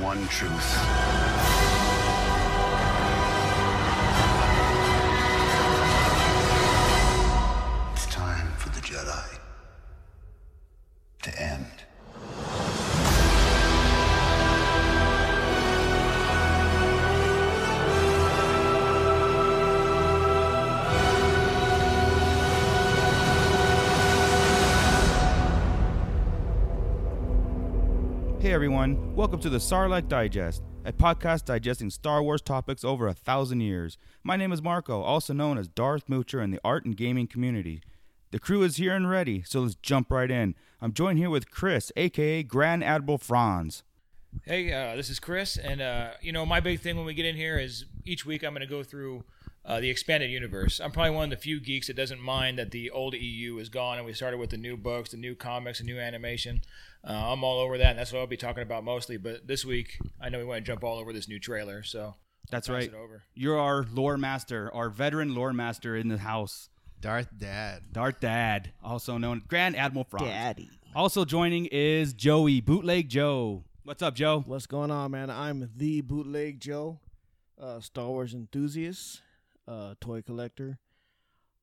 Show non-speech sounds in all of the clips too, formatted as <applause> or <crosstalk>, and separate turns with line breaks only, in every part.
one truth. It's time for the Jedi to end.
Hey everyone, welcome to the Sarlacc Digest, a podcast digesting Star Wars topics over a thousand years. My name is Marco, also known as Darth Moocher in the art and gaming community. The crew is here and ready, so let's jump right in. I'm joined here with Chris, aka Grand Admiral Franz.
Hey, uh, this is Chris, and uh, you know my big thing when we get in here is each week I'm going to go through uh, the expanded universe. I'm probably one of the few geeks that doesn't mind that the old EU is gone, and we started with the new books, the new comics, the new animation. Uh, I'm all over that, and that's what I'll be talking about mostly. But this week, I know we want to jump all over this new trailer, so
That's
pass
right.
it over.
You're our lore master, our veteran lore master in the house,
Darth Dad.
Darth Dad, also known Grand Admiral Franz.
Daddy.
Also joining is Joey, Bootleg Joe. What's up, Joe?
What's going on, man? I'm the bootleg Joe, uh, Star Wars enthusiast, uh, toy collector.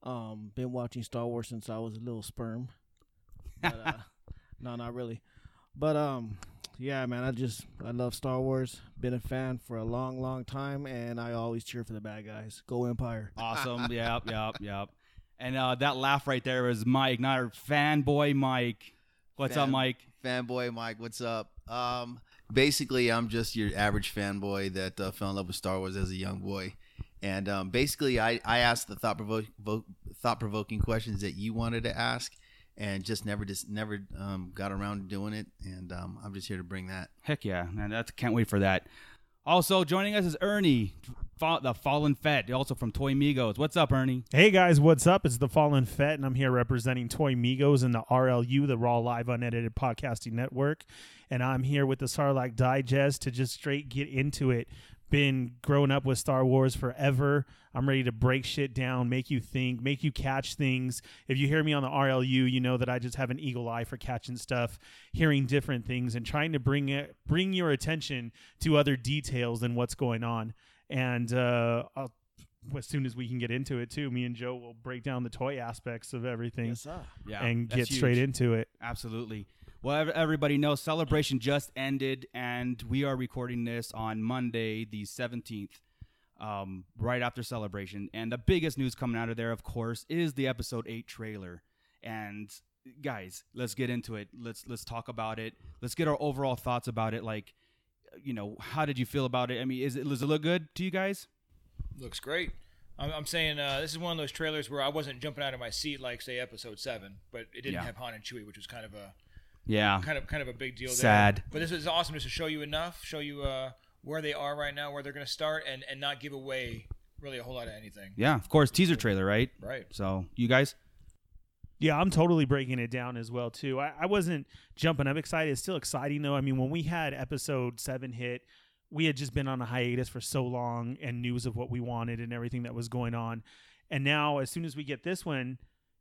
Um, been watching Star Wars since I was a little sperm. But, uh, <laughs> no, not really. But um, yeah, man, I just I love Star Wars. Been a fan for a long, long time, and I always cheer for the bad guys. Go Empire!
<laughs> Awesome. yep, yep, yep. And uh, that laugh right there was my igniter fanboy Mike. What's up,
Fan-
Mike?
Fanboy Mike, what's up? Um, basically, I'm just your average fanboy that uh, fell in love with Star Wars as a young boy. And um, basically, I, I asked the thought provo- thought provoking questions that you wanted to ask, and just never just never um, got around to doing it. And um, I'm just here to bring that.
Heck yeah, man! That's can't wait for that. Also joining us is Ernie, fa- the Fallen Fett, also from Toy Migos. What's up, Ernie?
Hey guys, what's up? It's the Fallen Fett, and I'm here representing Toy Migos and the RLU, the Raw Live Unedited Podcasting Network. And I'm here with the Sarlacc Digest to just straight get into it. Been growing up with Star Wars forever. I'm ready to break shit down, make you think, make you catch things. If you hear me on the RLU, you know that I just have an eagle eye for catching stuff, hearing different things, and trying to bring it, bring your attention to other details than what's going on. And uh, I'll as soon as we can get into it too, me and Joe will break down the toy aspects of everything
Yes, sir.
Yeah,
and
that's
get straight
huge.
into it.
Absolutely. Well, ev- everybody knows celebration just ended, and we are recording this on Monday, the seventeenth, um, right after celebration. And the biggest news coming out of there, of course, is the episode eight trailer. And guys, let's get into it. Let's let's talk about it. Let's get our overall thoughts about it. Like, you know, how did you feel about it? I mean, is it does it look good to you guys?
Looks great. I'm, I'm saying uh, this is one of those trailers where I wasn't jumping out of my seat like say Episode Seven, but it didn't
Yeah.
have Han and Chewie, which was kind of a
Yeah.
kind of kind of a big deal. there.
Sad.
But this is awesome just to show you enough, show you uh, where they are right now, where they're going to start, and and not give away really a whole lot of anything.
Yeah, of course, teaser trailer, right?
Right.
So, you guys?
Yeah, I'm totally breaking it down as well too. I, I wasn't jumping up excited. It's still exciting though. I mean, when we had episode seven hit, we had just been on a hiatus for so long and news of what we wanted and everything that was going on. And now as soon as we get this one,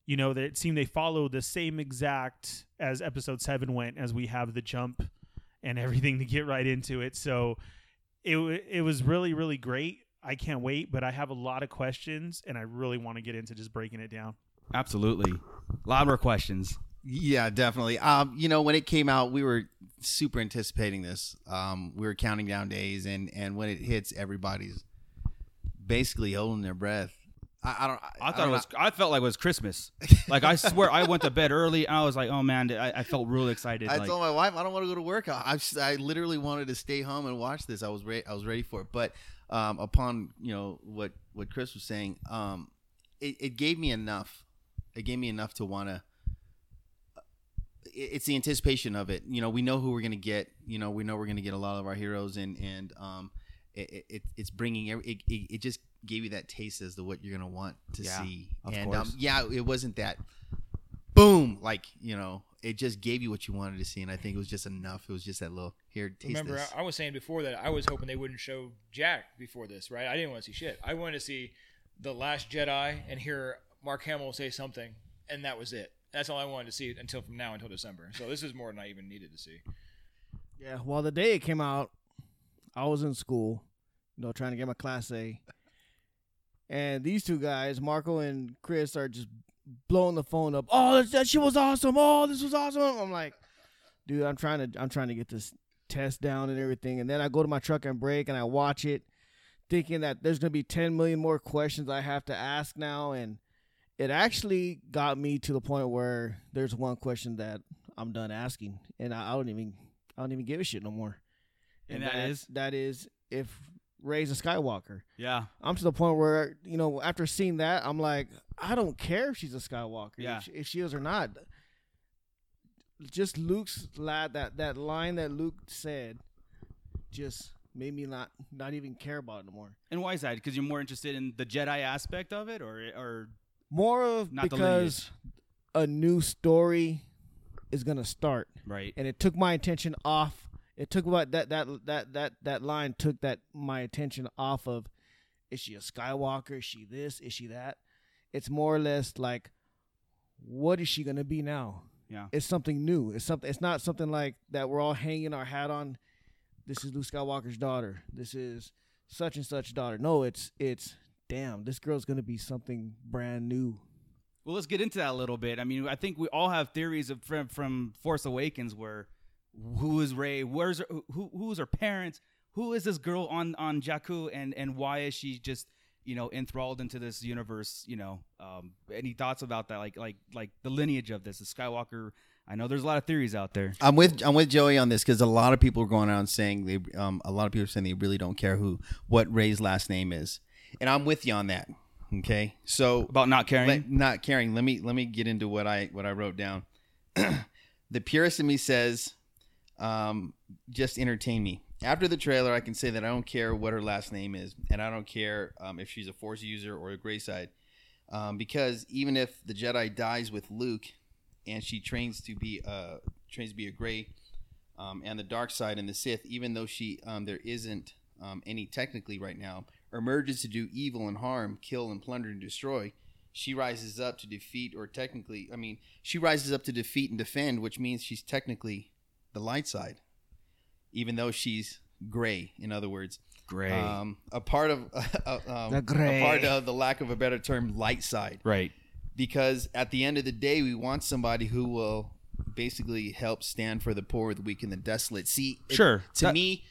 you know, that it seemed they followed the same exact as episode seven went as we have the jump and everything to get right into it. So it wa- it was really, really great. I can't wait, but I have a lot of questions and I really want to get into just breaking it down.
Absolutely. lot more questions.
Yeah, definitely. Um, you know, when it came out, we were super anticipating this. Um, we were counting down days, and and when it hits, everybody's basically holding their breath. I, I don't.
I thought
don't
it
know.
was. I felt like it was
<laughs>
Christmas. Like I swear, I went to bed early and I was like, "Oh man, I, I felt really excited."
I
like,
told my wife I don't want to go to work. I, I s- I literally wanted to stay home and watch this. I was ready. I was ready for it. But um, upon you know what what Chris was saying, um, it, it gave me enough. It gave me enough to want to. It's the anticipation of it. You know, we know who we're gonna get. You know, we know we're gonna get a lot of our heroes, and and um, it, it- it it's bringing every. It, it, it just gave you that taste as to what you're gonna want to
Yeah,
see.
of
and
course.
um, yeah, it wasn't that boom, like you know, it just gave you what you wanted to see, and I think it was just enough. It was just that little here, taste
Remember, uh,
this.
I, I was saying before that I was hoping they wouldn't show Jack before this, right? I didn't want to see shit. I wanted to see the Last Jedi and hear Mark Hamill say something, and that was it. That's all I wanted to see until from now until December. So this is more than I even needed to see.
Yeah. Well, the day it came out, I was in school, you know, trying to get my class A. And these two guys, Marco and Chris, are just blowing the phone up. Oh, that, that shit was awesome. Oh, this was awesome. I'm like, dude, I'm trying to I'm trying to get this test down and everything. And then I go to my truck and break and I watch it, thinking that there's gonna be 10 million more questions I have to ask now. And it actually got me to the point where there's one question that I'm done asking, and I, I don't even I don't even give a shit no more.
And that is?
that is if Ray's a Skywalker.
Yeah.
I'm to the point where you know after seeing that I'm like I don't care if she's a Skywalker
Yeah.
if, she, if she is or not. Just Luke's lad that that line that Luke said just made me not not even care about it anymore.
And why is that? Because you're more interested in the Jedi aspect of it, or or
More of
Not the
because a new story is gonna start
right?
and it took my attention off. It took what that that that that that line took that my attention off of. Is she a Skywalker? Is she this? Is she that? It's more or less like, what is she gonna be now?
Yeah.
it's something new. It's something. It's not something like that. We're all hanging our hat on. This is Luke Skywalker's daughter. This is such and such daughter. No, it's it's damn. This girl's gonna be something brand new.
Well, let's get into that a little bit. I mean, I think we all have theories of, from from Force Awakens where who is Ray? Where's her, who who's her parents? Who is this girl on on Jakku and and why is she just you know enthralled into this universe? You know, um, any thoughts about that? Like like like the lineage of this, the Skywalker. I know there's a lot of theories out there.
I'm with I'm with Joey on this because a lot of people are going around saying they um a lot of people are saying they really don't care who what Ray's last name is, and I'm with you on that. Okay, so
About not caring.
let- not caring. Let me let me get into what I what I wrote down. <clears throat> the purist in me says, um, just entertain me. After the trailer, I can say that I don't care what her last name is, and I don't care um, if she's a Force user or a Gray Side, um, because even if the Jedi dies with Luke, and she trains to be uh, trains to be a Gray, um, and the Dark Side and the Sith, even though she um, there isn't um, any technically right now, emerges to do evil and harm, kill and plunder and destroy she rises up to defeat or technically i mean she rises up to defeat and defend which means she's technically the light side even though she's gray in other words
Gray.
um, a part of <laughs> um,
The gray.
a part of the lack of a better term light side
right.
because at the end of the day we want somebody who will basically help stand for the poor the weak and the desolate see it-
Sure.
to
That-
me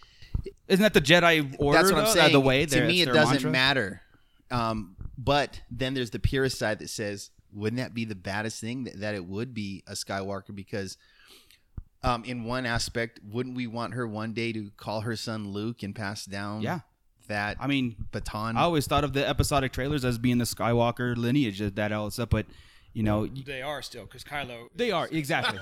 Isn't that the Jedi order?
that's what I'm
though?
saying.
The way
to
their-
me, it
their mantra?
doesn't matter. Um, but then there's the purist side that says, wouldn't that be the baddest thing that, that it would be a Skywalker? Because um, in one aspect, wouldn't we want her one day to call her son Luke and pass down
Yeah.
that
I mean,
baton?
I always thought of the episodic trailers as being the Skywalker lineage of that all this stuff, but you know y-
They are still because Kylo.
they are
<laughs>
exactly.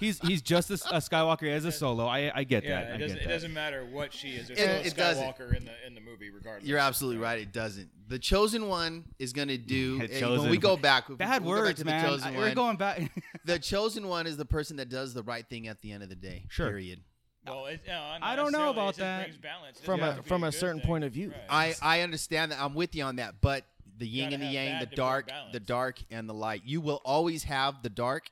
he's he's just a, a Skywalker as a solo. I I get
Yeah,
that.
it
I
doesn't.
get
It
that.
doesn't matter what she is. There's
It-
still
it doesn't.
a Skywalker in the in the movie, regardless.
You're absolutely right. It doesn't. The chosen one is going to
<laughs>
do.
The
and
chosen
when we go
one.
back, if we-
Bad
we go back
words,
to the
man.
chosen
I-
one,
We're going back.
The chosen one is the person that does the right thing at the end of the day.
Sure.
Period.
Well, it, no, not
I don't know
necessarily.
about
It just
that.
brings balance. It
From
doesn't
a-
have to be
from a
good
certain
thing.
point of view.
Right.
I I understand that. I'm with you on that. But the yin
gotta
and the
have
yang,
bad
the
to be
dark,
balanced.
the dark and the light. You will always have the dark,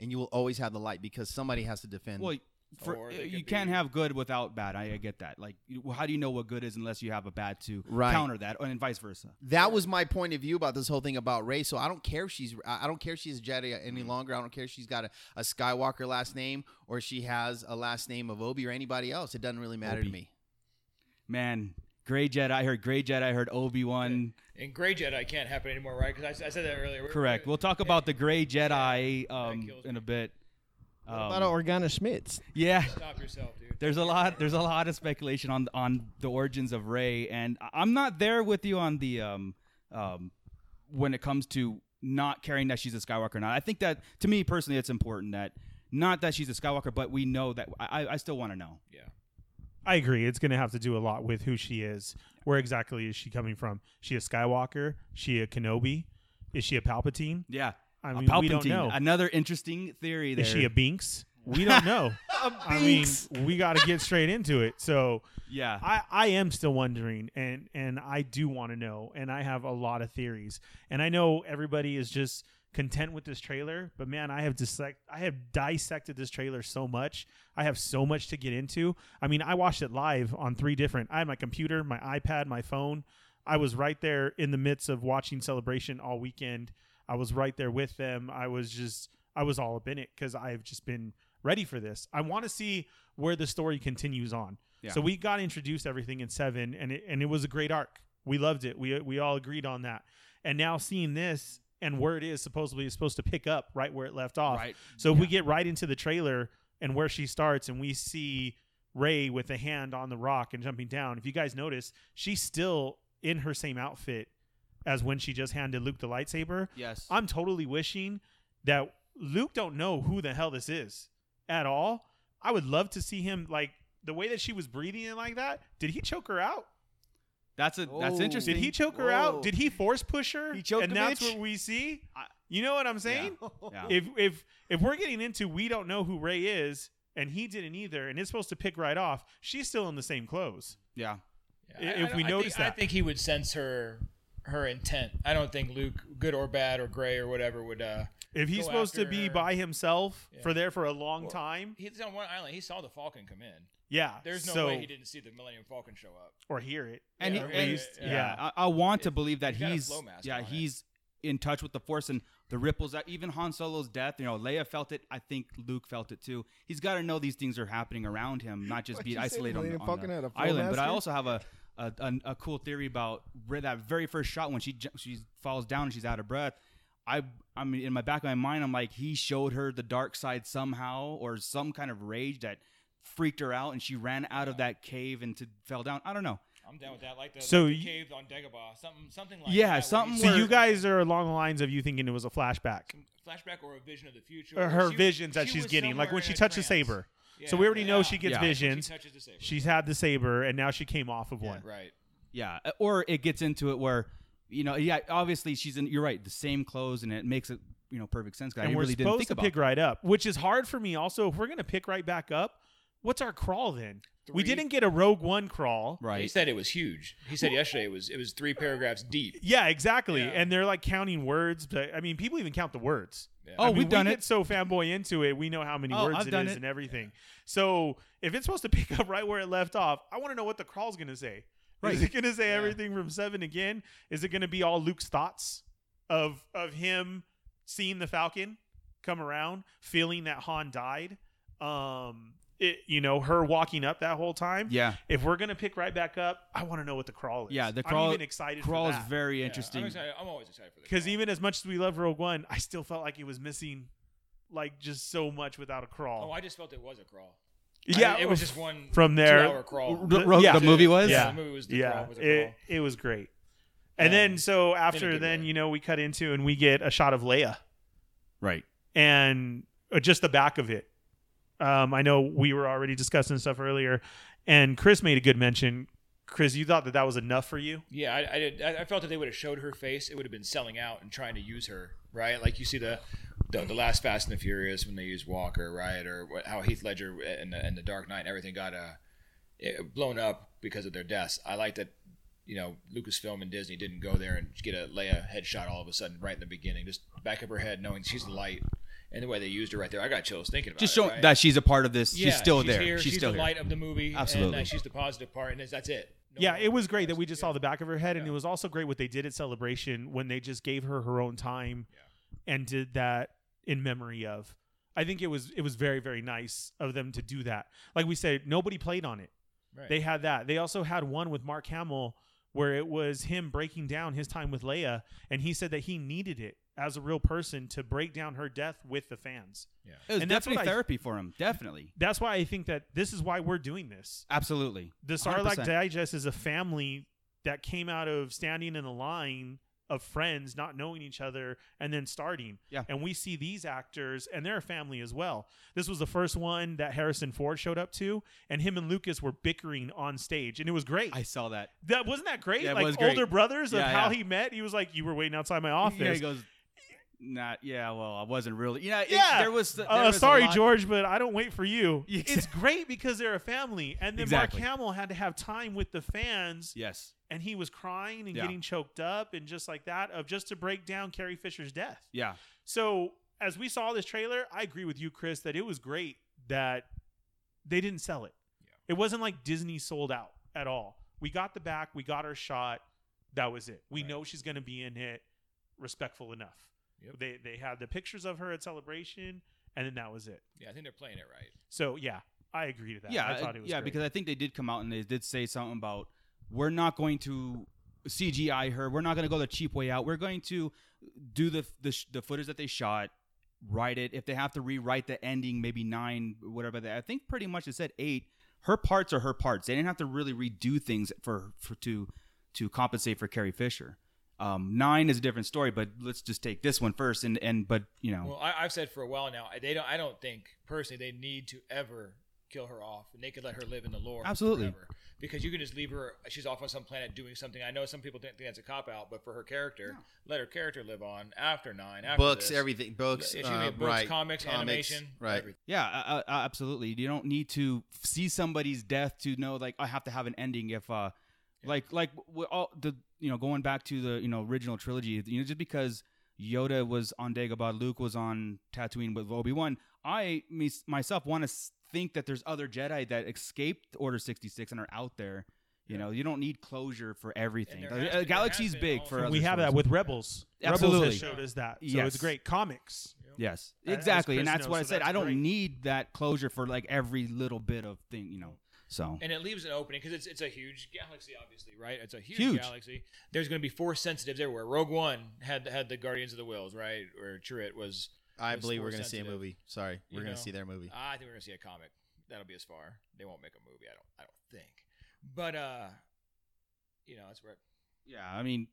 and you will always have the light because somebody has to
<laughs>
defend.
well, for, uh,
Or they
you
could
can't
be-
have good without bad. I, I get that. Like, you- how do you know what good is unless you have a bad to
Right.
counter that, and vice versa?
that was my point of view about this whole thing about Ray. So I don't care if she's I I don't care if she's a Jedi
Mm-hmm.
any longer. I don't care if she's got a, a Skywalker last name or she has a last name of Obi or anybody else. It doesn't really matter
Obi.
to me.
Man, Gray Jedi. I heard Gray Jedi. I heard Obi Wan.
And Grey Jedi can't happen anymore, right? Because I, I said that earlier. We're-
Correct. We'll talk about the Gray Jedi um,
kills
in a bit.
What about Organa Schmitz?
yeah.
Stop yourself, dude.
There's a lot. There's a lot of speculation on on the origins of Ray, and I- I'm not there with you on the um um when it comes to not caring that she's a Skywalker or not. I think that to me personally, it's important that not that she's a Skywalker, but we know that I I- I still want to know.
Yeah.
I agree. It's going to have to do a lot with who she is. Where exactly is she coming from? She a Skywalker? She a Kenobi? Is she a Palpatine?
Yeah,
I
A
mean, we don't
Palpatine,
know.
Another interesting theory. There.
Is she a Binks? We
<laughs>
don't know. I mean, we got to get straight into it. So
yeah.
I, I am still wondering, and and I do want to know, and I have a lot of theories, and I know everybody is just content with this trailer, but man, I have dissect I have dissected this trailer so much. I have so much to get into. I mean, I watched it live on three different I had my computer, my iPad, my phone. I was right there in the midst of watching Celebration all weekend. I was right there with them. I was just I was all up in it because I've just been ready for this. I want to see where the story continues on.
Yeah.
So we got introduced everything in seven, and it and it was a great arc. We loved it. We we all agreed on that. And now seeing this and where it is supposedly is supposed to pick up right where it left off.
Right.
So if we get right into the trailer and where she starts, and we see Ray with a hand on the rock and jumping down. If you guys notice, she's still in her same outfit as when she just handed Luke the lightsaber.
Yes.
I'm totally wishing that Luke don't know who the hell this is at all. I would love to see him like the way that she was breathing in like that. Did he choke her out?
that's a that's
Oh.
interesting.
Did he choke her
Whoa.
out? Did he force push her?
He choked
and
the
that's
bitch?
what we see. You know what I'm saying?
Yeah.
If if if we're getting into we don't know who Ray is and he didn't either and it's supposed to pick right off, she's still in the same clothes.
yeah.
I-
I-
if
I-
we
I
notice
think, I
that.
think he would sense her her intent. I don't think Luke, good or bad or gray or whatever, would. uh
If he's
Go
supposed to
after
be
her.
by himself
Yeah.
for there for a long
Well,
time,
He's on one island. He saw the Falcon come in.
yeah.
There's no
so,
way he didn't see the Millennium Falcon show up.
or hear it.
And,
Yeah,
he,
or
and-
used-
yeah,
yeah.
I, I want to
It-
believe that
he's got a
he's,
flow mask
yeah,
on it.
he's in touch with the force and the ripples that even Han Solo's death, you know, Leia felt it. I think Luke felt it too. He's got to know these things are happening around him, not just
What'd
be
you say,
isolated on, the-
Millennium
on
Falcon had
the
a flow
island.
mask
But I
on?
also have a a, a a cool theory about where that very first shot when she ju- she falls down and she's out of breath. I I mean, in my back of my mind, I'm like, he showed her the dark side somehow, or some kind of rage that freaked her out, and she ran out of that cave and to, fell down. I don't know.
I'm down with that. Like the,
So
like the
you-
cave on Dagobah, something, something like
Yeah,
that, where
something
he's-
So
where-
you guys are along the lines of you thinking it was a flashback
flashback or a vision of the future.
or
Or
her
she-
visions that
she
she's
was
getting, like
somewhere
when
in
she
a
touched the
trance.
saber.
Yeah,
so we already know
yeah.
she gets
Yeah. When she
visions.
She touches the saber.
She's had the saber, and now she came off of one.
right.
Yeah, uh, or it gets into it where you know, yeah, obviously she's in. You're right, the same clothes, and it makes it you know perfect sense. 'cause I
and we're
really
supposed
didn't think
to
about
pick right up, which is hard for me. Also, if we're gonna pick right back up, what's our crawl then? We
Three.
didn't get a Rogue One crawl.
He
right.
said it was huge. He said yesterday it was it was three paragraphs deep.
Yeah, exactly.
Yeah.
And they're like counting words. But, I mean, people even count the words.
Yeah.
Oh,
I mean,
we've done
we
it.
Get so fanboy into it, we know how many
Oh,
words
I've
it
done
is
it.
and everything. So if it's supposed to <laughs> pick up right where it left off, I want to know what the crawl's gonna say.
Right.
Is it gonna say everything from seven again? Is it gonna be all Luke's thoughts of of him seeing the Falcon come around, feeling that Han died? Um, it, you know, her walking up that whole time.
Yeah,
If we're gonna pick right back up, I want to know what the crawl is.
yeah. The crawl,
I'm even excited.
crawl
for
is
that.
very
Yeah, I'm,
interesting.
excited. I'm always excited for the
Because
crawl.
even as much as we love Rogue One, I still felt like it was missing, like just so much without a crawl.
oh, I just felt it was a crawl. I-
yeah,
it was just one
from there-
two-hour crawl.
The- Rogue-
yeah.
the movie was?
Yeah.
the movie was the
yeah,
crawl. Was a crawl.
it, it was great. And then
Um,
so after
good
then,
way.
you know, we cut into and we get a shot of Leia
right.
and uh, just the back of it. Um, I know we were already discussing stuff earlier, and Chris made a good mention. Chris, you thought that that was enough for you?
Yeah, I, I did. I, I felt that they would have showed her face. It would have been selling out and trying to use her, right? Like you see the the, the last Fast and the Furious when they used Walker, right? Or what, how Heath Ledger and the, and the Dark Knight and everything got uh, eh, blown up because of their deaths. I like that. You know, Lucasfilm and Disney didn't go there and get a Leia headshot all of a sudden right in the beginning, just back of her head, knowing she's the light, and the way they used her right there. I got chills thinking about
Just
it.
showing
right?
that she's a part of this.
Yeah,
she's still there.
Here,
she's, still
the
here.
light of the movie.
Absolutely.
and, uh, she's the positive part, and that's- that's it. No
yeah,
more.
it was great that we just
Yeah.
saw the back of her head, and it was also great what they did at Celebration when they just gave her her own time and did that in memory of. I think it was it was very very nice of them to do that. Like we said, nobody played on it.
Right.
They had that. They also had one with Mark Hamill where it was him breaking down his time with Leia, and he said that he needed it as a real person to break down her death with the fans.
It was
And that's what
definitely
I-
therapy for him. Definitely,
That's why I think that this is why we're doing this.
absolutely.
The
100%.
Sarlacc Digest is a family that came out of standing in a line of friends not knowing each other and then starting.
Yeah.
And we see these actors and they're a family as well. This was the first one that Harrison Ford showed up to and him and Lucas were bickering on stage and it was great.
I saw that.
that wasn't that great?
Yeah, it
like
was great.
older brothers of
Yeah,
how
yeah.
he met. He was like, You were waiting outside my
Yeah,
office.
he goes. Not yeah. Well, I wasn't really. Yeah, it-
Yeah.
There was. There
uh,
was a
sorry,
lot-
George, but I don't wait for you.
<laughs> Yeah,
It's great because they're a family. And then
Exactly.
Mark Hamill had to have time with the fans
Yes.
and he was crying and
Yeah.
getting choked up and just like that of just to break down Carrie Fisher's death.
Yeah.
So as we saw this trailer, I agree with you, Chris, that it was great that they didn't sell it. It wasn't like Disney sold out at all. We got the back, we got our shot. That was it. We know she's going to be in it. Respectful enough.
Yep.
They they had the pictures of her at celebration, and then that was it.
Yeah, I think they're playing it right.
So yeah, I agree to that.
yeah,
I thought it was
yeah,
great.
because I think they did come out and they did say something about we're not going to CGI her. We're not going to go the cheap way out. We're going to do the the, sh- the footage that they shot, write it. If they have to rewrite the ending, maybe nine, whatever. That I think pretty much it said eight. Her parts are her parts. They didn't have to really redo things for, for to to compensate for Carrie Fisher. Um, nine is a different story, but let's just take this one first. And and but you know,
Well, I, I've said for a while now, I- they don't. I don't think personally they need to ever kill her off, and they could let her live in the lore
Absolutely.
forever. because you can just leave her. She's off on some planet doing something. I know some people don't think that's a cop out, but for her character, let her character live on after nine, after
books,
this.
everything, books,
Yeah, she
uh,
made books,
right,
comics, animation,
right?
everything.
Yeah, uh, uh, absolutely. You don't need to see somebody's death to know like I have to have an ending. If uh, like like we all the you know going back to the you know original trilogy, you know just because Yoda was on Dagobah, Luke was on Tatooine with Obi Wan. I me, myself want to think that there's other Jedi that escaped Order sixty six and are out there. You know, you don't need closure for everything.
there
The-
has
uh,
been- there
galaxy's
has been
big
also-
for.
And
other
we have that
stories.
with Rebels. Rebels
Absolutely.
has showed us that. So
Yes.
it's great. Comics.
Yes,
As- as
exactly, and
Chris
that's
knows,
what I
so
said.
that's
I don't
great.
need that closure for like every little bit of thing, you know. So
And it leaves an opening because it's, it's a huge galaxy, obviously, right? It's a huge,
Huge.
galaxy. There's going to be force sensitives everywhere. Rogue One had had the Guardians of the Wills, right? Where Truitt was.
I
was
believe we're
force
gonna see a
sensitive.
movie. Sorry, we're
You
gonna
know.
see their movie.
I think we're going to see a comic. That'll be as far. They won't make a movie. I don't. I don't think. But uh, you know, that's where.
yeah, I mean,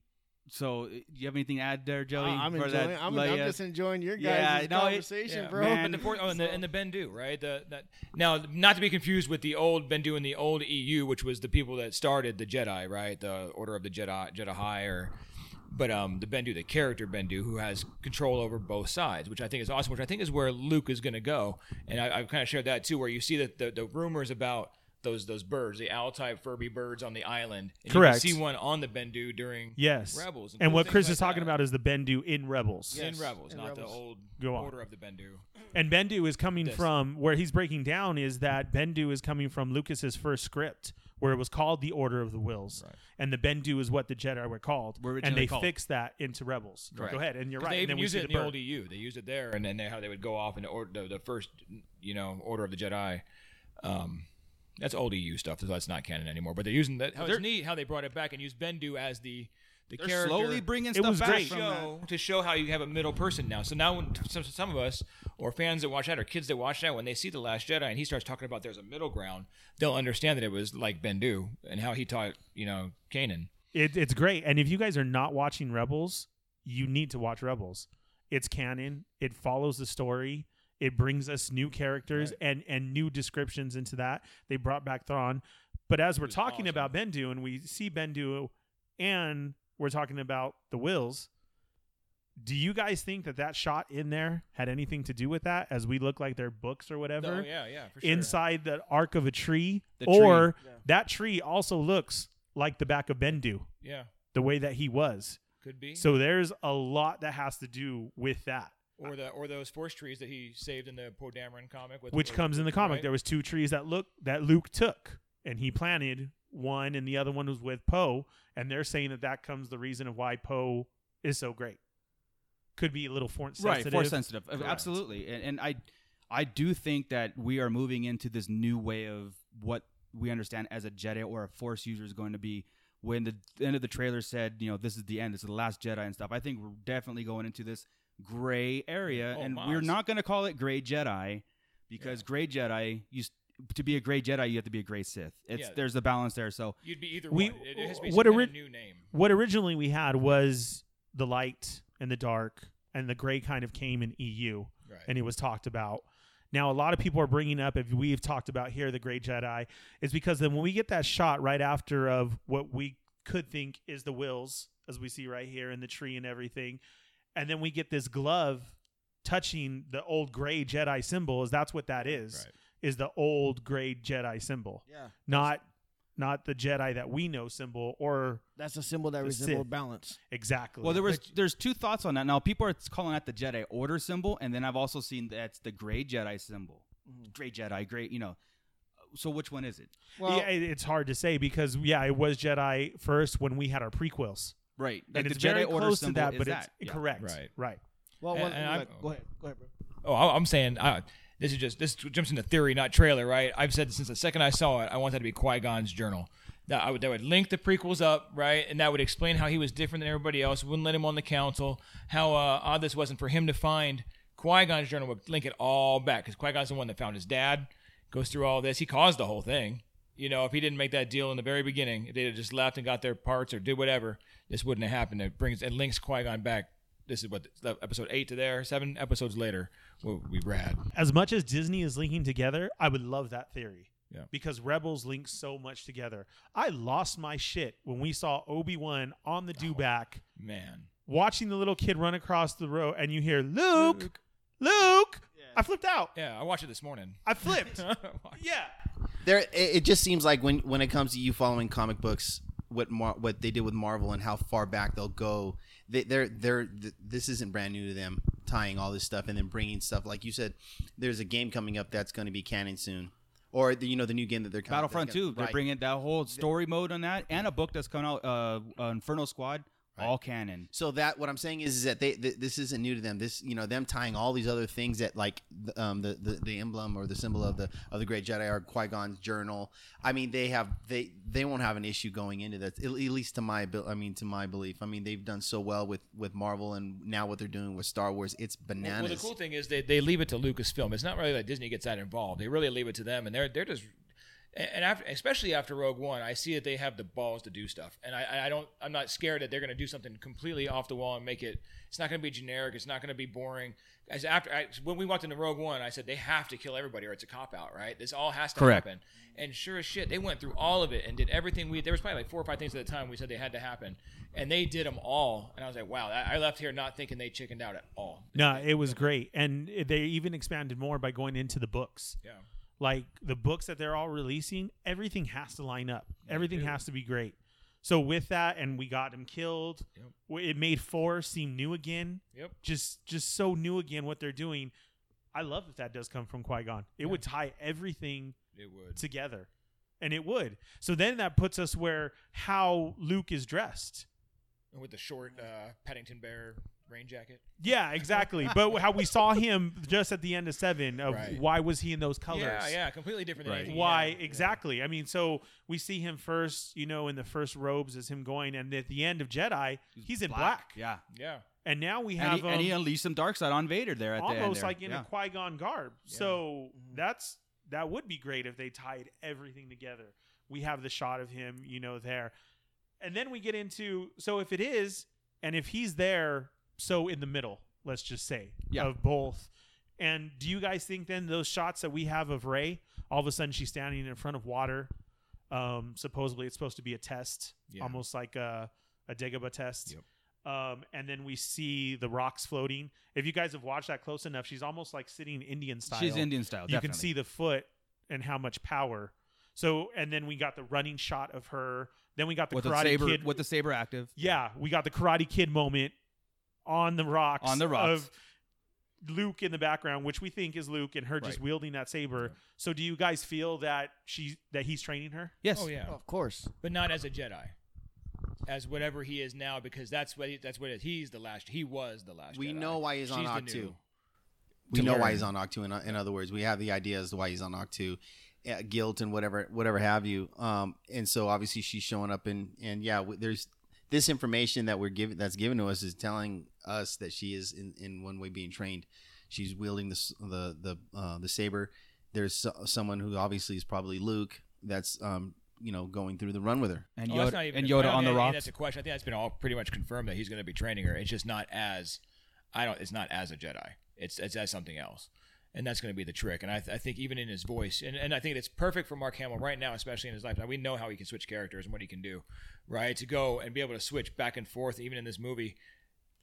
so uh, you have anything to add there, Joey?
I- Uh, I'm
for
enjoying.
that
I'm, I'm
Leia?
just enjoying your guys'
Yeah, no, it-
conversation,
yeah,
bro.
man.
And the fourth, oh, and the and the Bendu, right? The that now not to be confused with the old Bendu and the old EU, which was the people that started the Jedi, right? The Order of the Jedi, Jedi High, or but um the Bendu, the character Bendu, who has control over both sides, which I think is awesome. Which I think is where Luke is going to go, and I, I've kind of shared that too, where you see that the, the rumors about. Those, those birds, the owl type Furby birds on the island. And
Correct.
You can see one on the Bendu during
Yes.
Rebels.
And
cool
what
things
Chris
like
is talking
that.
about is the Bendu in Rebels.
in
Yes,
Rebels,
in
not
Rebels.
the old
Go on.
Order of the Bendu.
And Bendu is coming
Yes.
from where he's breaking down is that Bendu is coming from Lucas's first script where it was called the Order of the Wills, and the Bendu is what the Jedi were called,
Were
and
originally
they
called.
fixed that into Rebels.
Right.
Go ahead, and you're
'Cause
right.
They
and
even
then we
use
see
it in
the
the
bird.
old EU. They used it there, and then they, how they would go off in the, or, the the first, you know, order of the Jedi. Um, that's old EU stuff. So that's not canon anymore. But they're using that. How it's neat how they brought it back and used Bendu as the the
They're
character
slowly bringing
It
stuff
was
back
great.
from that.
show to show how you have a middle person now. So now, when some, some of us or fans that watch that or kids that watch that, when they see the Last Jedi and he starts talking about there's a middle ground, they'll understand that it was like Bendu and how he taught, you know, Kanan.
It, it's great. And if you guys are not watching Rebels, you need to watch Rebels. It's canon. It follows the story. It brings us new characters and and new descriptions into that. They brought back Thrawn. But as we're
was awesome.
talking about Bendu and we see Bendu and we're talking about the Wills, do you guys think that that shot in there had anything to do with that as we look like their books or whatever?
Oh yeah, yeah, for sure.
inside the arc of a tree,
The
or
tree. Yeah.
that tree also looks like the back of Bendu,
yeah,
the way that he was.
could be.
So there's a lot that has to do with that,
or the or those force trees that he saved in the Poe Dameron comic, with
which
with-
comes in the comic.
right?
There was two trees that look that Luke took, and he planted one, and the other one was with Poe. And they're saying that that comes the reason of why Poe is so great. Could be a little force sensitive.
right force sensitive Uh,
Correct.
absolutely and, and i i do think that we are moving into this new way of what we understand as a jedi or a force user is going to be when the end of the trailer said you know this is the end this is the last jedi and stuff i think we're definitely going into this gray area
Oh,
and
my.
we're not going to call it gray jedi because gray jedi you s- to be a gray jedi you have to be a gray sith it's
Yeah.
there's a balance there so
You'd be either
We-
one. It, it has to be
what
what a
orig-
new name.
what originally we had was the light and the dark and the gray kind of came in E EU
Right.
and it was talked about. Now a lot of people are bringing up if we've talked about here the gray Jedi is because then when we get that shot right after of what we could think is the wills as we see right here in the tree and everything and then we get this glove touching the old gray Jedi symbol is that's what that is
Right.
is the old gray Jedi symbol
Yeah.
not not the Jedi that we know symbol or
That's a symbol that
The Sith.
resembled balance.
exactly.
Well, there was there's two thoughts on that. Now people are calling that the Jedi Order symbol, and then I've also seen that's the Gray Jedi symbol.
Mm-hmm.
Gray Jedi, Gray, you know. So which one is it?
Well,
yeah, it- it's hard to say because yeah, it was Jedi first when we had our prequels,
Right,
and
the
it's very
Jedi Order
close to
symbol
that,
is
but
that.
it's
Yeah.
correct,
Right.
Right.
well,
and-
one-
and I'm-
like- go ahead, go ahead, bro.
Oh, I- I'm saying uh, this is just this jumps into theory, not trailer, right? I've said since the second I saw it, I want that to be Qui Gon's journal. That I would that would link the prequels up, right? And that would explain how he was different than everybody else. Wouldn't let him on the council. How uh, odd this wasn't for him to find Qui Gon's journal would link it all back because Qui Gon's the one that found his dad. Goes through all this. He caused the whole thing. You know, if he didn't make that deal in the very beginning, if they had just left and got their parts or did whatever, this wouldn't have happened. It brings it links Qui Gon back. This is what episode eight to there, seven episodes later. Well, we rad.
As much as Disney is linking together, I would love that theory.
Yeah.
Because Rebels links so much together. I lost my shit when we saw Obi Wan on the dewback. back.
Man,
watching the little kid run across the road and you hear Luke, Luke. I flipped out.
yeah, I watched it this morning. <laughs>
<laughs> I flipped.
yeah,
yeah.
there it, it just seems like when when it comes to you following comic books what Mar- what they did with Marvel and how far back they'll go they, they're they're th- this isn't brand new to them tying all this stuff and then bringing stuff like you said there's a game coming up that's going to be canon soon or the, you know the new game that they're coming
Battlefront
that's gonna-
Two. They're
right.
bringing that whole story mode on that, and a book that's coming out, uh, uh, Inferno Squad, all canon.
so that what I'm saying is, is that they th- this isn't new to them. This you know them tying all these other things that like the, um, the, the the emblem or the symbol of the of the Great Jedi or Qui Gon's journal. I mean they have they they won't have an issue going into that at at least to my abil- I mean to my belief. I mean they've done so well with with Marvel and now what they're doing with Star Wars. It's
Well,
bananas.
well, the cool thing is they, they leave it to Lucasfilm. It's not really that Disney gets that involved. They really leave it to them, and they're they're just and after especially after Rogue One, I see that they have the balls to do stuff, and I I don't I'm not scared that they're going to do something completely off the wall and make it. It's not going to be generic. It's not going to be boring. As after I, when we walked into Rogue One, I said they have to kill everybody or it's a cop out, right? This all has to
Correct.
happen. And sure as shit, they went through all of it and did everything we. There was probably like four or five things at the time we said they had to happen, and they did them all. And I was like, wow, I I left here not thinking they chickened out at all.
No, it was great. And they even expanded more by going into the books.
Yeah.
Like the books that they're all releasing, everything has to line up. Everything has to be great. So with that and we got him killed,
Yep.
w- it made 4 seem new again.
Yep.
Just just so new again what they're doing. I love that that does come from Qui-Gon. It would tie everything
It would.
together. And it would. So then that puts us where how Luke is dressed.
With the short uh, Paddington Bear rain jacket.
Yeah, exactly. but how we saw him just at the end of seven of
Right.
why was he in those colors?
Yeah, yeah, completely different than
Right.
anything.
Why
Yeah,
exactly? I mean, so we see him first, you know, in the first robes as him going, and at the end of Jedi, he's in black.
Yeah,
Yeah.
And now we
and
have
he, and he
him
unleashed some dark side on Vader there at the end.
almost
there.
like in
yeah. Mm-hmm.
a Qui Gon garb. So that's that would be great if they tied everything together. We have the shot of him, you know, there, and then we get into so if it is and if he's there, so in the middle, let's just say
Yeah.
of both. And do you guys think then those shots that we have of Ray, all of a sudden she's standing in front of water? Um, supposedly it's supposed to be a test,
Yeah.
almost like a a Dagobah test.
Yep.
Um, and then we see the rocks floating. If you guys have watched that close enough, she's almost like sitting Indian style.
she's Indian style.
You
definitely.
can see the foot and how much power. So, and then we got the running shot of her. Then we got the
with the
karate
saber
kid.
with the saber active.
yeah, we got the karate kid moment on the rocks.
On the rocks.
Of Luke in the background, which we think is Luke, and her just
Right.
wielding that saber. So, do you guys feel that she that he's training her?
Yes.
Oh yeah.
Of course.
But not as a Jedi. As whatever he is now, because that's what he, that's what it is. he's the last. He was the last.
We
Jedi.
know why he's on
She's the
Octu.
new-
we
to
know
learn.
why he's on Octu. In, in other words, we have the idea as to why he's on Octu, uh, guilt and whatever, whatever have you. Um, and so obviously she's showing up, and and yeah, w- there's this information that we're given that's given to us is telling us that she is in, in one way being trained. She's wielding the s- the the uh, the saber. There's so- someone who obviously is probably Luke. That's um you know going through the run with her.
And
Oh, that's
Yoda,
not even-
and
I don't
Yoda on
think-
the
I think
rocks.
That's a question. I think that's been all pretty much confirmed that he's going to be training her. It's just not as I don't. It's not as a Jedi. It's it's as something else, and that's going to be the trick. And I, th- I think even in his voice, and, and I think it's perfect for Mark Hamill right now, especially in his life. Now we know how he can switch characters and what he can do, right? To go and be able to switch back and forth, even in this movie.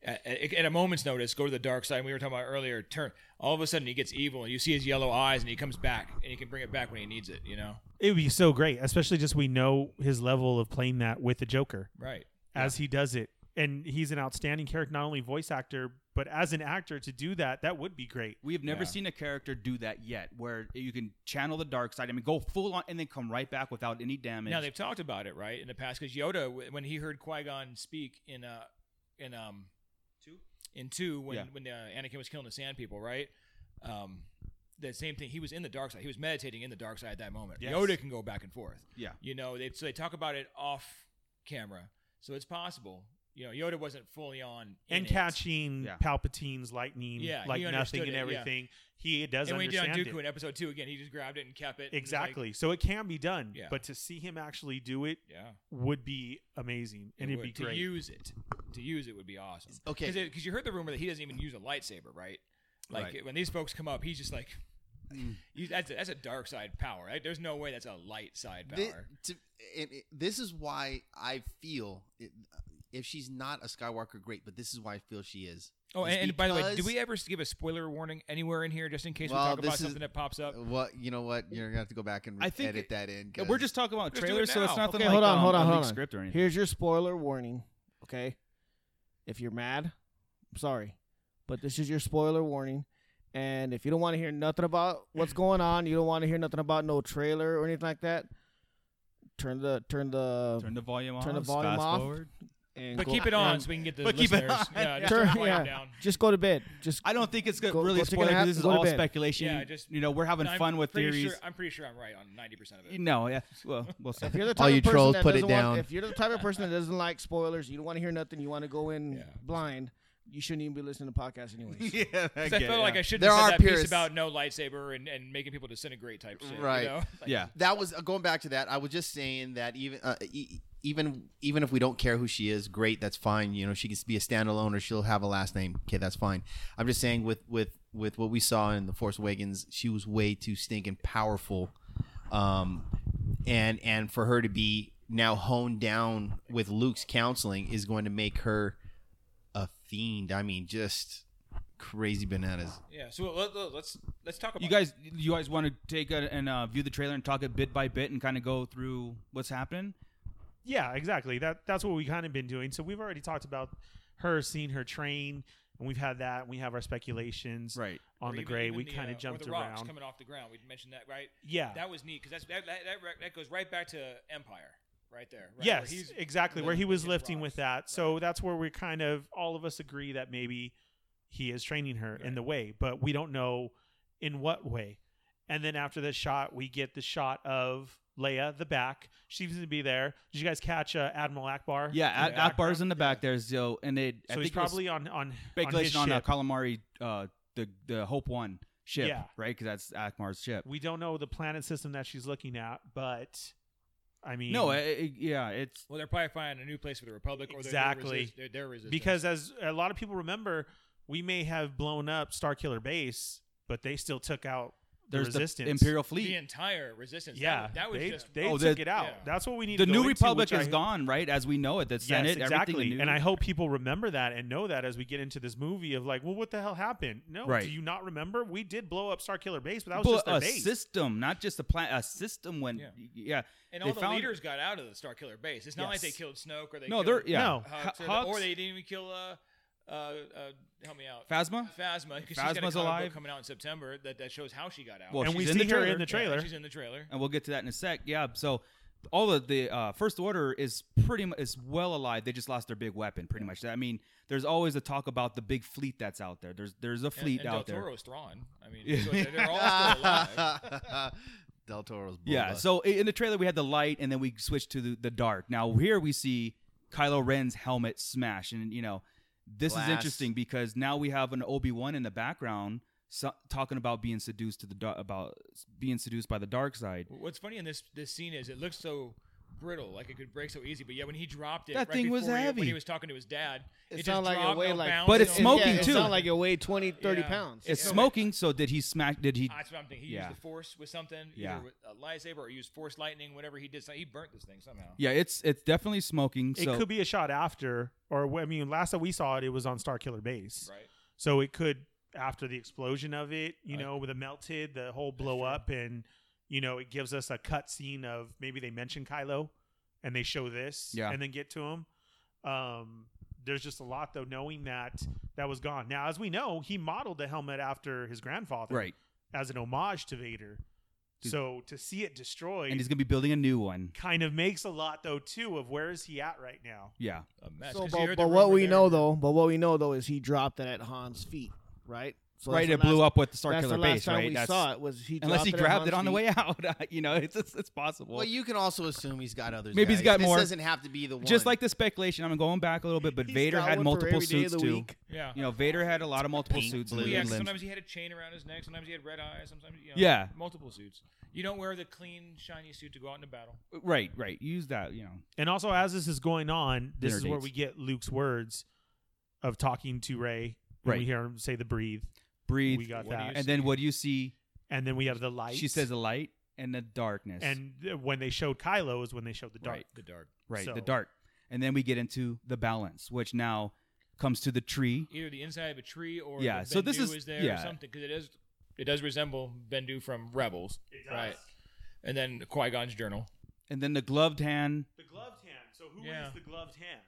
at, at at a moment's notice go to the dark side. We were talking about earlier. Turn all of a sudden he gets evil, and you see his yellow eyes, and he comes back, and he can bring it back when he needs it. You know,
It would be so great, especially just we know his level of playing that with the Joker
right?
as he does it. And he's an outstanding character, not only voice actor, but as an actor to do that, that would be great.
We have never
Yeah.
seen a character do that yet, where you can channel the dark side. I mean, go full on and then come right back without any damage.
Now they've talked about it, right, in the past because Yoda, w- when he heard Qui Gon speak in uh in um two in two when
Yeah.
when uh, Anakin was killing the Sand People, right? Um, the same thing. He was in the dark side. He was meditating in the dark side at that moment.
Yes.
Yoda can go back and forth.
yeah,
You know, they so they talk about it off camera, so it's possible. You know, Yoda wasn't fully on in
and
it.
catching
Yeah.
Palpatine lightning
Yeah, he
like nothing
understood
and
it, yeah.
everything. He does
And when he did on
understand
Dooku
it.
in Episode Two again, he just grabbed it and kept it. and it's like-
Exactly. so it can be done.
Yeah.
But to see him actually do it
yeah.
would be amazing. And it would
would.
be great.
to use it. To use it would be awesome.
Okay.
because you heard the rumor that he doesn't even use a lightsaber, right? Like
Right.
when these folks come up, he's just like, you- that's a, that's a dark side power. Right? There's no way that's a light side
Thi-
power.
to- it- it- this is why I feel it, if she's not a Skywalker, great. But this is why I feel she is.
oh,
It's
and, and by the way, do
because-
we ever give a spoiler warning anywhere in here, just in case
Well,
we talk about
this is-
something that pops up?
What you know? What you're gonna have to go back and
Uh, I think
edit
it-
that in.
Yeah,
'cause-
we're just talking about
Just do it
trailers, so it's
now.
nothing
Okay,
like
hold on,
um,
hold
a
on,
leaked
hold on.
script or anything.
Here's your spoiler warning. Okay. If you're mad, I'm sorry. But this is your spoiler warning. And if you don't want to hear nothing about what's going on, you don't want to hear nothing about no trailer or anything like that, turn the turn the
turn the volume off.
turn the volume
fast
off.
Forward.
and
But
go-
keep it on
and
so we can get the
But keep it
listeners.
on.
Yeah, just
turn,
turn the volume
yeah,
down.
just go to bed. Just
I don't think it's good,
Go-
really
go
a
take a
spoiler. 'cause
nap
This
and
is
go to
all
bed.
speculation.
Yeah, just-
you know, we're having
I'm
fun with
pretty
theories.
Sure, I'm pretty sure I'm right on ninety percent
<laughs>
of it.
no, yeah, well, we'll
<laughs>
see.
if you're the type
All you
of person
trolls,
that
put it
doesn't want-
down.
if you're the type of person that doesn't like spoilers, you don't want to hear nothing, you want to go in
Yeah.
blind, you shouldn't even be listening to
<laughs>
podcasts anyways.
yeah, I
'Cause
get
I
it,
felt like
yeah.
I should
There
have said
are
that piece
purists-
about no lightsaber and, and making people disintegrate type shit. you
Right.
know? Like,
yeah.
that was uh, going back to that. I was just saying that even uh, e- even even if we don't care who she is, great, that's fine. You know, she can be a standalone or she'll have a last name. Okay, that's fine. I'm just saying with with with what we saw in the Force Awakens, she was way too stinking powerful, um, and and for her to be now honed down with Luke's counseling is going to make her a fiend. I mean, just crazy bananas.
Yeah. So let, let, let's let's talk about
You guys, you guys want to take a, and uh, view the trailer and talk it bit by bit and kind of go through what's happening?
Yeah, exactly. That that's what we kind of been doing. So we've already talked about her seeing her train, and we've had that. And we have our speculations
Right.
on
Or
the
even-
gray.
even
We
the,
kind
uh,
of
or
jumped
the rocks
around.
coming off the ground. We mentioned that, right?
Yeah.
That was neat because that, that, that re- that goes right back to Empire, right there. Right?
yes,
Where he's
exactly. Where he
lifting
was
his
lifting with
rocks.
that. So that's where we kind of all of us agree that maybe he is training her in the way, but we don't know in what way. And then after this shot, we get the shot of Leia, the back. She seems to be there. Did you guys catch uh, Admiral Akbar?
Yeah,
in the
Ak- Akbar's in the back there, so and they. I
So he's
think it was
probably on on on, his
speculation on, uh,
ship.
calamari, uh, the the Hope One ship,
Yeah.
right? Because that's Akbar's ship.
We don't know the planet system that she's looking at, but I mean,
No, it, it- yeah, it's
Well, they're probably finding a new place for the Republic. Or
Exactly.
Their, their, resist, their, their resistance.
because as a lot of people remember, we may have blown up Starkiller Base, but they still took out the
there's the,
resistance.
Imperial
the
fleet.
entire resistance.
yeah,
That, that was
they,
just.
they
Oh,
took
the-
it out.
yeah.
That's what we need.
The
to
New
go
Republic
into, which
is
I-
gone, right? As we know it, the
Yes,
Senate,
exactly.
everything.
And I hope people remember that and know that as we get into this movie of like, well, what the hell happened? No,
Right.
do you not remember? We did blow up Starkiller Base, but that was
But
just their
a
base.
system, not just a plan. A system when, yeah,
Yeah. and all
they
the
found-
leaders got out of the Star Killer base. It's not like they
Yes.
killed Snoke or they
No,
killed
they're yeah.
No.
Hux or, the-
Hux-
or they didn't even kill. Uh, uh, uh, help me out.
Phasma?
Phasma. Because she's got a
Phasma's
comic book
alive.
coming out in September that, that shows how she got out.
Well,
and we
she's in the
see her
trailer.
in the
Yeah,
Yeah, and
trailer.
she's in the trailer.
and we'll get to that in a sec. Yeah, so all of the uh, first order is pretty much is well alive. They just lost their big weapon, pretty much. I mean, there's always a talk about the big fleet that's out there. There's there's a fleet
and, and
out
Del
there.
Toro's Thrawn. I mean, so they're, they're all
<laughs>
still alive.
<laughs> Del Toro's
Yeah.
Boba.
So i- in the trailer we had the light, and then we switched to the, the dark. Now here we see Kylo Ren's helmet smash, and you know this
Blast.
is interesting because now we have an Obi Wan in the background so, talking about being seduced to the dar- about being seduced by the dark side.
What's funny in this this scene is it looks so brittle, like it could break so easy. But yeah, when he dropped it,
That
right
thing was
before he-
heavy.
when he was talking to his dad,
It,
it, just
sounded like
dropped,
it weighed
no
like,
bounce,
But it's
no-
smoking,
yeah,
too.
It sounded like it weighed 20, 30
Yeah.
pounds.
It's
Yeah.
smoking, so did he smack? Did he?
That's what I'm thinking. He
Yeah.
used the force with something,
Yeah.
either with a lightsaber or used force lightning, whatever he did. So he burnt this thing somehow.
Yeah, it's it's definitely smoking.
It
So
could be a shot after, or wh- I mean, last time we saw it, it was on Star Killer Base,
Right.
so it could after the explosion of it, you know, with the melted, the whole blow up, and you know, it gives us a cut scene of maybe they mention Kylo, and they show this,
Yeah.
and then get to him. Um, there's just a lot though, knowing that that was gone. Now, as we know, he modeled the helmet after his grandfather,
right,
as an homage to Vader. So to see it destroyed,
and he's gonna be building a new one.
kind of makes a lot though too of where is he at right now
Yeah,
A mess.
So,
'Cause you
but,
heard
but
the
what
rumor
we
there-
know though, but what we know though is he dropped it at Han's feet, right? So
right. It
that's the
blew
last-
up with the Star
that's
Killer
the last
Base,
time
right?
We
That's-
saw it was he
unless he
dropped
grabbed it
it,
on the way <laughs>
out.
out. you know, it's it's, it's possible.
Well, you can also assume he's got others.
Maybe he's
guys.
got
this
more.
Doesn't have to be the one.
Just like the speculation, I'm going back a little bit, but
He's
Vader
got
had
one for
multiple
every day of
suits
the
too.
week.
Yeah.
You know, Vader had a lot of multiple
Pink,
suits
blue.
and
yeah, 'cause
limbs.
sometimes he had a chain around his neck. Sometimes he had red eyes. Sometimes you know,
Yeah.
multiple suits. You don't wear the clean, shiny suit to go out into battle.
Right, right. Use that. You know,
and also as this is going on this
Dinner
is where
dates.
we get luke's words of talking to ray
Right.
we hear him say the breathe
breathe.
we got
What do you
that
and then what do you see?
and then we have the light
She says a light and the darkness.
and th- when they showed kylo is when they showed the dark
Right.
The dark.
right,
so-
the dark. And then we get into the balance, which now comes to the tree.
Either the inside of a tree or
Yeah,
The
so this
Bendu
is-
is there
yeah.
or something because it is it does resemble Bendu from Rebels. It
does.
Right. And then Qui Gon's journal.
And then the gloved hand
the gloved hand so who is
Yeah.
the gloved hand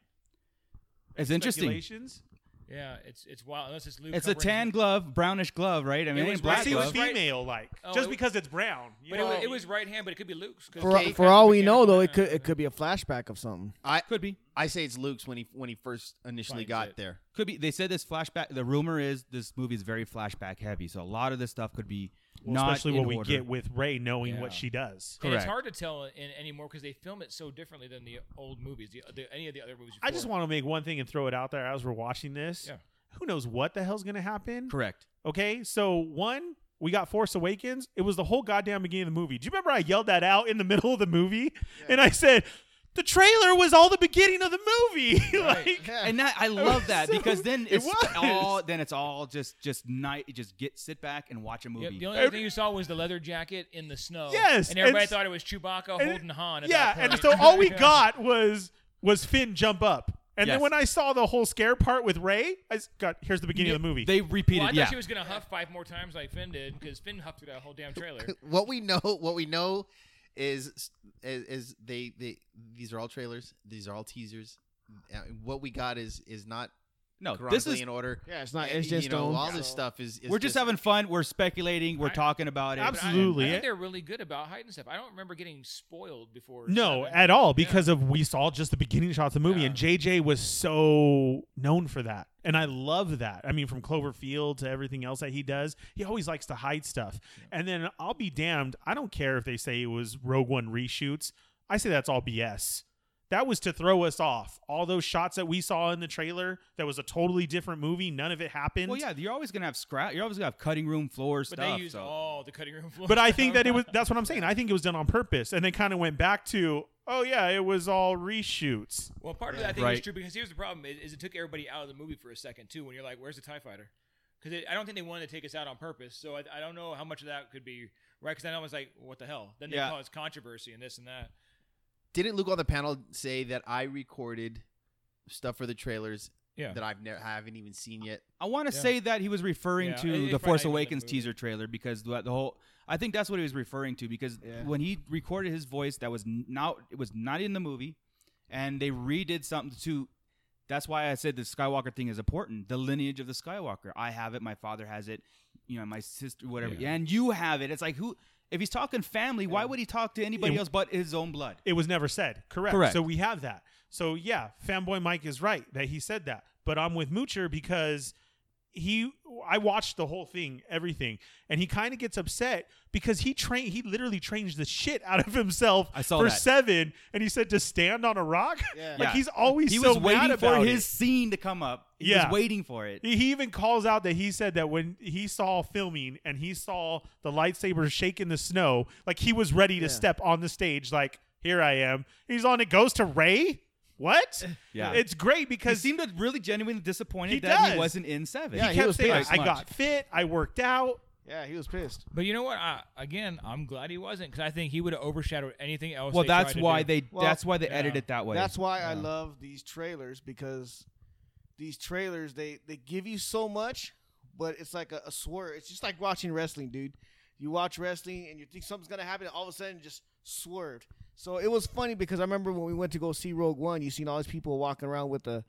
is interesting.
Speculations?
Yeah, it's it's wild. Unless it's Luke.
It's a
covering his-
tan glove, brownish glove, right? I mean, it
was
ain't black
right-
See, it was
glove.
Right.
female like
Oh,
just
it-
because it's brown you
But it
know?
was, it was right hand, but it could be Luke's. 'cause
For,
Luke
for
has
all
the
we know
mechanical
though, it
hand.
could it could be a flashback of something.
I
Could be.
I say it's Luke's when he when he first initially
Finds
got
it.
there.
Could be. They said this flashback. The rumor is this movie is very flashback heavy, so a lot of this stuff could be
Well,
not
especially
in
what we
order.
get with ray knowing what
Yeah.
she does
And it's
Correct.
hard to tell in anymore because they film it so differently than the old movies, the, the, any of the other movies.
I just
before.
want to make one thing and throw it out there as we're watching this.
Yeah.
Who knows what the hell's going to happen?
Correct.
Okay, so one, we got Force Awakens. It was the whole goddamn beginning of the movie. Do you remember I yelled that out in the <laughs> middle of the movie? And I said, the trailer was all the beginning of the movie. <laughs> like,
And that I love that
so-
because then
it
it's
was.
all then it's all just just night just get sit back and watch a
Yeah,
movie.
the only other thing you saw was the leather jacket in the snow.
Yes,
and everybody
it's-
thought it was Chewbacca
and-
holding Han. At
yeah,
that point.
and so all
<laughs>
we got was was Finn jump up. And
Yes.
then when I saw the whole scare part with Ray, I s- got here's the beginning of the movie.
they
Well,
repeated
I thought
yeah.
she was gonna huff five more times like Finn did because Finn huffed through that whole damn
<laughs>
trailer.
<laughs> What we know, what we know, is is, is they they these are all trailers. These are all teasers. Uh, What we got is is not
no, Oh, this
chronically
is
in order.
Yeah, it's not.
And,
It's just
you know,
owned.
all this stuff is. is
we're just, having fun. We're speculating. We're
I-
talking about it.
But I-
Absolutely.
I, think they're really good about hiding stuff. I don't remember getting spoiled before.
No,
seven.
at all, because of we saw just the beginning shots of the movie, and JJ was so known for that, and I love that. I mean, from Cloverfield to everything else that he does, he always likes to hide stuff. And then I'll be damned, I don't care if they say it was Rogue One reshoots. I say that's all BS. That was to throw us off. All those shots that we saw in the trailer, that was a totally different movie. None of it happened.
Well, yeah, you're always gonna have scrap. You're always gonna have cutting room floor
but
stuff.
they used
so-
all the cutting room floor.
but I think
<laughs>
that it was that's what I'm saying. I think it was done on purpose, and they kind of went back to, oh yeah, it was all reshoots.
<laughs> Well, part of that I think
Right.
is true because here's the problem: is, is it took everybody out of the movie for a second too. When you're like, "Where's the Tie Fighter?" Because I don't think they wanted to take us out on purpose. So I, I don't know how much of that could be right. Because then I was like, "What the hell?" Then they
Yeah.
caused controversy and this and that.
Didn't Luke on the panel say that I recorded stuff for the trailers
Yeah.
that I've never haven't even seen yet?
I want to
Yeah.
say that he was referring
Yeah, it-
to
it's
the
probably
Force
not even in the
Awakens
movie.
teaser trailer because the, the whole. I think that's what he was referring to because
Yeah.
when he recorded his voice, that was n- now it was not in the movie, and they redid something to. That's why I said the Skywalker thing is important. The lineage of the Skywalker. I have it. My father has it. You know, my sister, whatever,
Yeah.
and you have it. It's like who? If he's talking family, why would he talk to anybody
It-
else but his own blood?
It was never said. Correct.
Correct.
So we have that. So yeah, fanboy Mike is right that he said that. But I'm with Moocher because he I watched the whole thing, everything, and he kind of gets upset because he trained he literally trains the shit out of himself
I saw
for
that.
seven and he said to stand on a rock.
Yeah.
like
Yeah.
he's always
He
so
was waiting
mad
for
about
his
it.
scene to come up. He
Yeah.
was waiting for it.
He he even calls out that he said that when he saw filming and he saw the lightsaber shake in the snow, like he was ready to
Yeah.
step on the stage, like Here I am. He's on. It goes to Ray. What?
Yeah.
It's great
He
because
seemed really genuinely disappointed
He
that
does.
he wasn't in seven.
Yeah,
he
he
kept
was
saying,
pissed.
"I got fit. I worked out."
Yeah, he was pissed.
But you know what? I, again, I'm glad he wasn't because I think he would have overshadowed anything else.
well,
they
that's
tried to
why
do.
they
Well,
that's why they
yeah.
edited it that way.
That's why I love these trailers because these trailers they they give you so much, but it's like a, a swerve. It's just like watching wrestling, dude. You watch wrestling and you think something's gonna happen, and all of a sudden it just swerved. So it was funny because I remember when we went to go see Rogue One, you seen all these people walking around with the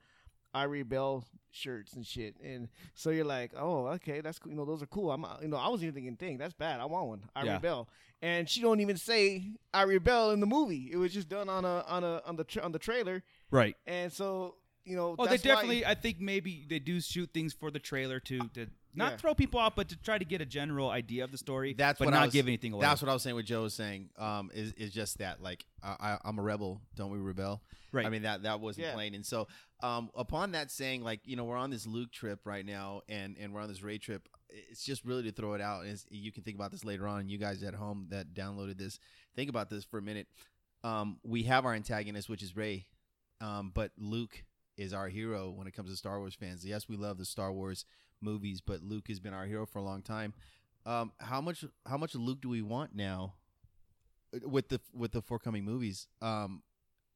Irie Bell shirts and shit, and so you're like, oh, okay, that's cool. You know, those are cool. I'm, you know, I wasn't even thinking, dang, that's bad. I want one, Irie
Yeah.
Bell, and she don't even say Irie Bell in the movie. It was just done on a on a on the tra- on the trailer,
right.
and so you know,
Oh, they
that's
definitely.
Why,
I think maybe they do shoot things for the trailer to to not
Yeah.
throw people off, but to try to get a general idea of the story.
That's
but
what
not
I was,
give anything away.
That's what I was saying. What Joe was saying um, is is just that. Like I, I, I'm a rebel. Don't we rebel?
Right.
I mean that that wasn't
Yeah.
plain. And so um, upon that saying, like you know, we're on this Luke trip right now, and and we're on this Ray trip. It's just really to throw it out. And it's- you can think about this later on. You guys at home that downloaded this, think about this for a minute. Um, we have our antagonist, which is Ray, um, but Luke is our hero when it comes to Star Wars fans. Yes, we love the Star Wars movies, but Luke has been our hero for a long time. Um, how much how much Luke do we want now uh, with the with the forthcoming movies? Um,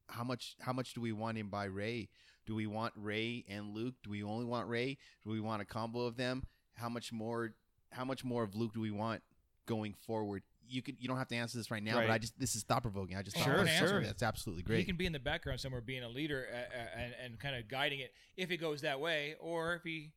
how much how much do we want him by Ray? Do we want Ray and Luke? Do we only want Ray? Do we want a combo of them? How much more how much more of Luke do we want going forward? You could you don't have to answer this right now, but I
Right.
just this is thought provoking. I just thought
Sure,
of an answer.
sure.
That's absolutely
He
great.
can be in the background somewhere, being a leader uh, uh, and, and kind of guiding it if it goes that way, or if he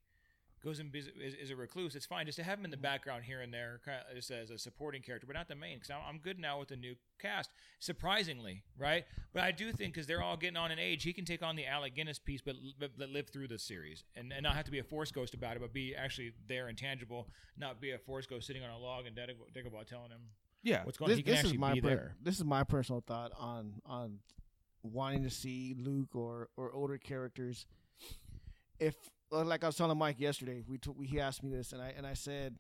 goes and is, is, is a recluse. It's fine just to have him in the background here and there, kind of just as a supporting character, but not the main. Because I'm good now with the new cast, surprisingly, right? But I do think because they're all getting on in age, he can take on the Alec Guinness piece, but, but, but live through the series and, and not have to be a force ghost about it, but be actually there and tangible, not be a force ghost sitting on a log and Dagobah Dagobah telling him
yeah.
what's going. on.
this,
He can
this is
actually
my
be
per-
there.
this is my personal thought on on wanting to see Luke or or older characters. If uh, like I was telling Mike yesterday, we took we he asked me this and I and I said,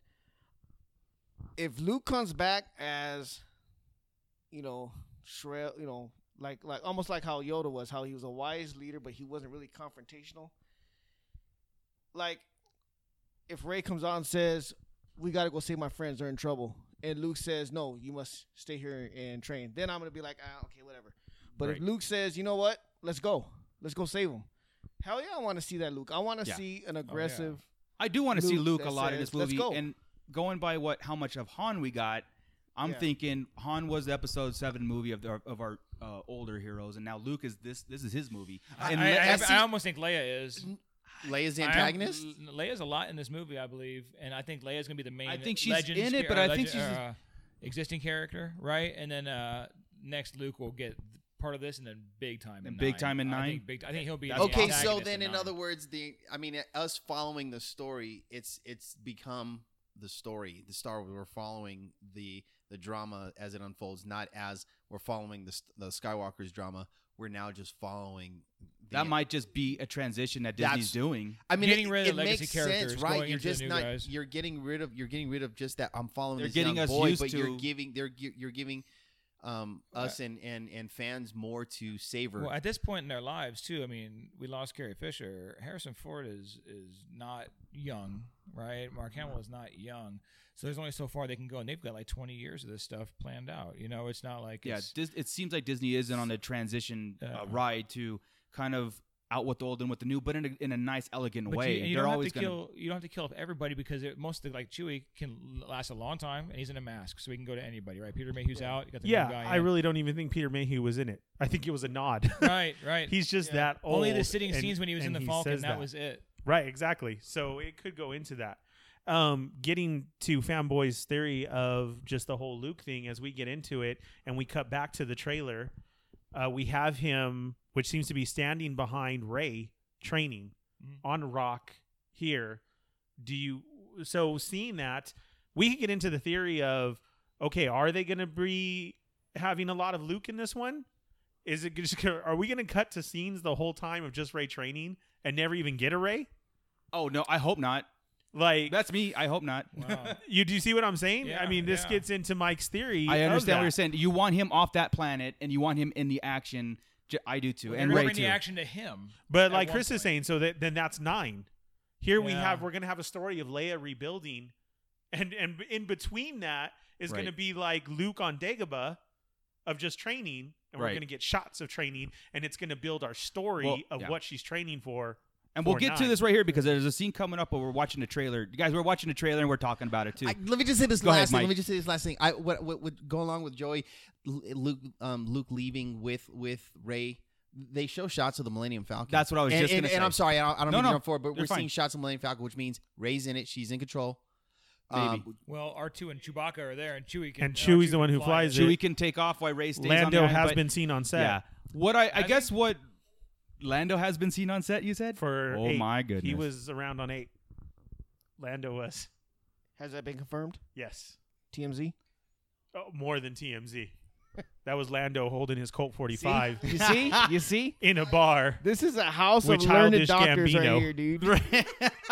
if Luke comes back as, you know, shrill, you know, like like almost like how Yoda was, how he was a wise leader, but he wasn't really confrontational. Like, if Ray comes on and says, "We gotta go save my friends; they're in trouble," and Luke says, "No, you must stay here and train," then I'm gonna be like, ah, "Okay, whatever." But
Right.
if Luke says, "You know what? Let's go. Let's go save them." Hell yeah, I want to see that Luke. I want to
Yeah.
see an aggressive.
I do want to see Luke
Luke
a
that
lot in
says,
this
"Let's
movie,
go."
and going by what how much of Han we got, I'm
Yeah.
thinking Han was the Episode Seven movie of the, of our uh, older heroes, and now Luke is this this is his movie.
I,
And
I-
let-
I-
let's see-
I almost think Leia is.
Leia's the
I am-
antagonist?
L- Leia's a lot in this movie, I believe, and I think Leia's gonna be the main.
I think she's
legend
in it,
spe-
but
or
I think
legend-
she's
or,
just-
uh, existing character, right? And then uh, next Luke will get th- part of this, and then big time in
And big
nine.
time in
I
nine?
think big, I think he'll be
That's
the
what I'm
okay, so
antagonist
then in
nine.
other words, the I mean us following the story, it's it's become the story, the Star Wars. We're following the the drama as it unfolds, not as we're following the st- the Skywalker's drama. We're now just following. The,
that might just be a transition that Disney's
That's-
doing.
I mean,
Getting
it,
rid of
it
the legacy
makes
characters,
sense, right?
going
You're
into the
just
new
not.
guys.
You're getting rid of. You're getting rid of just that. I'm following.
They're
this
getting
young
us
boy,
used
but you're
to-
giving. They're gi- you're giving um, us and, and and fans more to savor.
Well, at this point in their lives, too. I mean, we lost Carrie Fisher. Harrison Ford is is not young, right? Mark Hamill is not young. So there's only so far they can go, and they've got like 20 years of this stuff planned out. You know, it's not like
Yeah,
it's,
Dis- it seems like Disney is on a transition
Yeah.
uh, ride to kind of out with the old and with the new, but in a, in a nice, elegant
But
way.
You, you
They're
don't
always
have to
going
kill. You don't have to kill off everybody because it, most of the, like Chewie can l- last a long time, and he's in a mask, so he can go to anybody, right? Peter Mayhew's out. You got the new
Yeah,
guy
I
in.
really don't even think Peter Mayhew was in it. I think it was a nod.
<laughs> Right, right.
He's just that old.
only the sitting
and-
scenes when he was in
and
the Falcon.
says
That, was it.
Right, exactly. So it could go into that. Um, getting to fanboy's theory of just the whole Luke thing as we get into it and we cut back to the trailer, uh, we have him, which seems to be standing behind Ray training
Mhm.
on a rock here. Do you so seeing that we can get into the theory of okay, are they going to be having a lot of Luke in this one? Is it <laughs> just gonna- are we going to cut to scenes the whole time of just Ray training and never even get a Ray?
Oh no, I hope not.
Like
That's me. I hope not.
Wow.
you do you see what I'm saying?
Yeah,
I mean, this
yeah.
gets into Mike's theory.
I
of
understand what
that.
you're saying. You want him off that planet, and you want him in the action. J- I do too, and
You're
Ray
bringing
too.
the action to him.
But
at
like
one
Chris
point.
is saying, so that then that's nine. Here we
Yeah.
have we're gonna have a story of Leia rebuilding, and and in between that is gonna
Right.
be like Luke on Dagobah, of just training, and we're
Right.
gonna get shots of training, and it's gonna build our story
Well,
of
yeah.
what she's training for.
And we'll
for
get to
nine.
this right here because there's a scene coming up where we're watching the trailer. You guys, we're watching the trailer and we're talking about it too.
I, let me just say this
Go
last
ahead,
thing.
Mike.
Let me just say this last thing. I what what would go along with Joey, L- Luke, um, Luke leaving with with Ray. They show shots of the Millennium Falcon.
That's what I was
and,
just
and,
gonna
And
say.
I'm sorry, I don't, I don't
No,
mean
no,
to jump forward, but
you're
we're
fine.
seeing shots of Millennium Falcon, which means Ray's in it. She's in control. Um,
Maybe.
Well, R two and Chewbacca are there, and Chewie can.
And
uh,
Chewie's
Chewie
the one
can
who
fly
flies
it.
it.
Chewie can take off while Ray stays on the
Lando
island,
has
but-
been seen on set.
Yeah. What I, I
Has
guess what Lando has been seen on set. You said
For
oh
eight.
my goodness,
he was around on eight. Lando was
Has that been confirmed?
yes,
TMZ.
oh, more
<laughs>
than TMZ. that was Lando holding his Colt 45
You see? You see?
in a bar.
This is a house
With
of learned
childish
doctors
Gambino.
right here, dude.
that's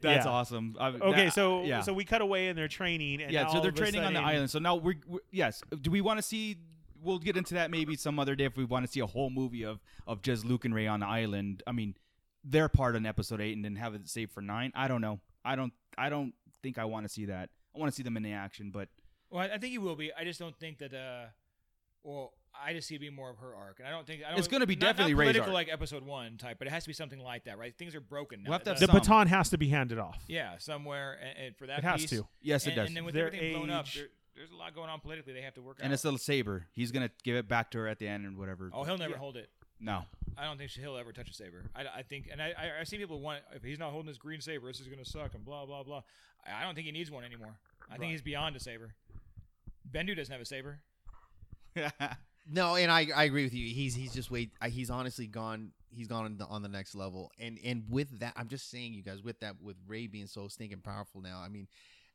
Yeah.
awesome. I-
Okay,
that-
so
yeah.
so we cut away and they're training. And
yeah,
now
so
all
they're
of a
training on the
sudden-
island. So now we're, we're yes. Do we want to see? We'll get into that maybe some other day if we want to see a whole movie of of just Luke and Ray on the island. I mean, their part on episode eight and then have it saved for nine. I don't know. I don't. I don't think I want to see that. I want to see them in the action, but
Well, I- I think he will be. I just don't think that. uh Well, I just see it being more of her arc, and I don't think I don't,
It's gonna be
not- not
definitely Rey's
political
arc.
like episode one type, but it has to be something like that, right? Things are broken. Now.
We'll have to have
The
Some.
baton has to be handed off.
yeah, somewhere, and, and for that
It has
piece,
to.
Yes, it
and,
does.
And then with
Their
everything blown up,
age.
there, there's a lot going on politically. They have to work out.
and it's the saber. He's gonna give it back to her at the end and whatever.
oh, he'll never hold it.
no.
I don't think she- he'll ever touch a saber. I, I think, and I, I, I see people want if he's not holding his green saber, this is gonna suck and blah blah blah. I, I don't think he needs one anymore. I think he's beyond a saber. Bendu doesn't have a saber. <laughs>
No, and I, I agree with you. He's he's just way I- he's honestly gone. He's gone on the, on the next level. And and with that, I'm just saying, you guys, with that, with Ray being so stinking powerful now. I mean,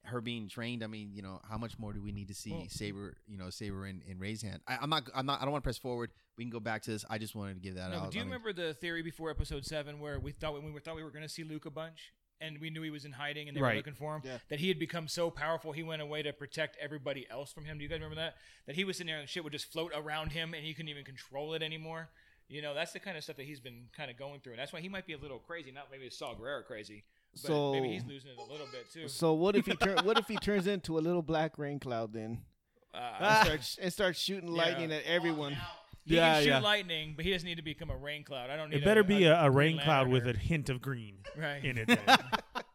her being trained. I mean, you know, how much more do we need to see
Well-
Saber? You know, Saber and, and Ray's hand. I, I'm not. I'm not. I don't want to press forward. We can go back to this. I just wanted to give that
No,
out.
but do you
I mean,
remember the theory before episode seven where we thought we, we thought we were going to see Luke a bunch, and we knew he was in hiding and they
Right.
were looking for him?
Yeah.
That he had become so powerful, he went away to protect everybody else from him. Do you guys remember that? That he was sitting there and shit would just float around him, and he couldn't even control it anymore. You know, that's the kind of stuff that he's been kind of going through, and that's why he might be a little crazy. Not maybe it's Saul Guerrero crazy, but
So-
maybe he's losing it a little bit too.
So what if he turn? What if he turns into a little black rain cloud then,
<laughs> Ah,
and
Uh,
starts, and starts shooting
Yeah.
lightning at everyone?
he
Yeah,
can shoot
yeah.
lightning, but he doesn't need to become a rain cloud. I don't need.
It better be a, a
Green
rain cloud
Lantern
with
or-
a hint of green
Right.
in it
<laughs>
then,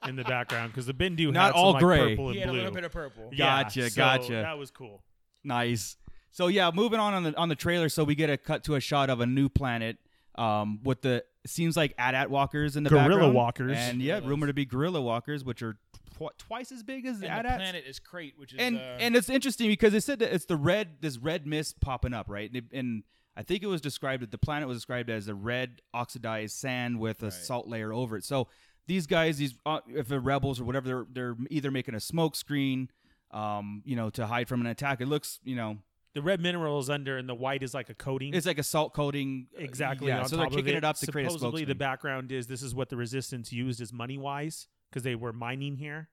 in the background because the Bindu
Not
had some,
all
like,
gray.
purple and
He had a
blue.
little bit of purple.
Yeah,
Gotcha,
so
gotcha.
That was cool.
Nice. So yeah, moving on on the on the trailer, so we get a cut to a shot of a new planet um, with the seems like AT-AT walkers in the
Gorilla
background.
walkers.
and yeah,
Gorillas.
rumored to be gorilla walkers, which are tw- twice as big as the
And the
AT-ATs.
planet is crate, which is
and
uh,
and it's interesting because they said that it's the red this red mist popping up, right? And, it- and I think it was described that the planet was described as a red oxidized sand with a salt layer over it. So these guys, these uh, if they're rebels or whatever, they're they're either making a smoke screen, um, you know, to hide from an attack. It looks, you know,
The red mineral is under, and the white is like a coating.
It's like a salt coating. uh,
exactly.
Yeah.
on
so they're
top of
kicking it, up to create a
Supposedly,
smoke
the
screen.
background is this is what the resistance used as money wise because they were mining here.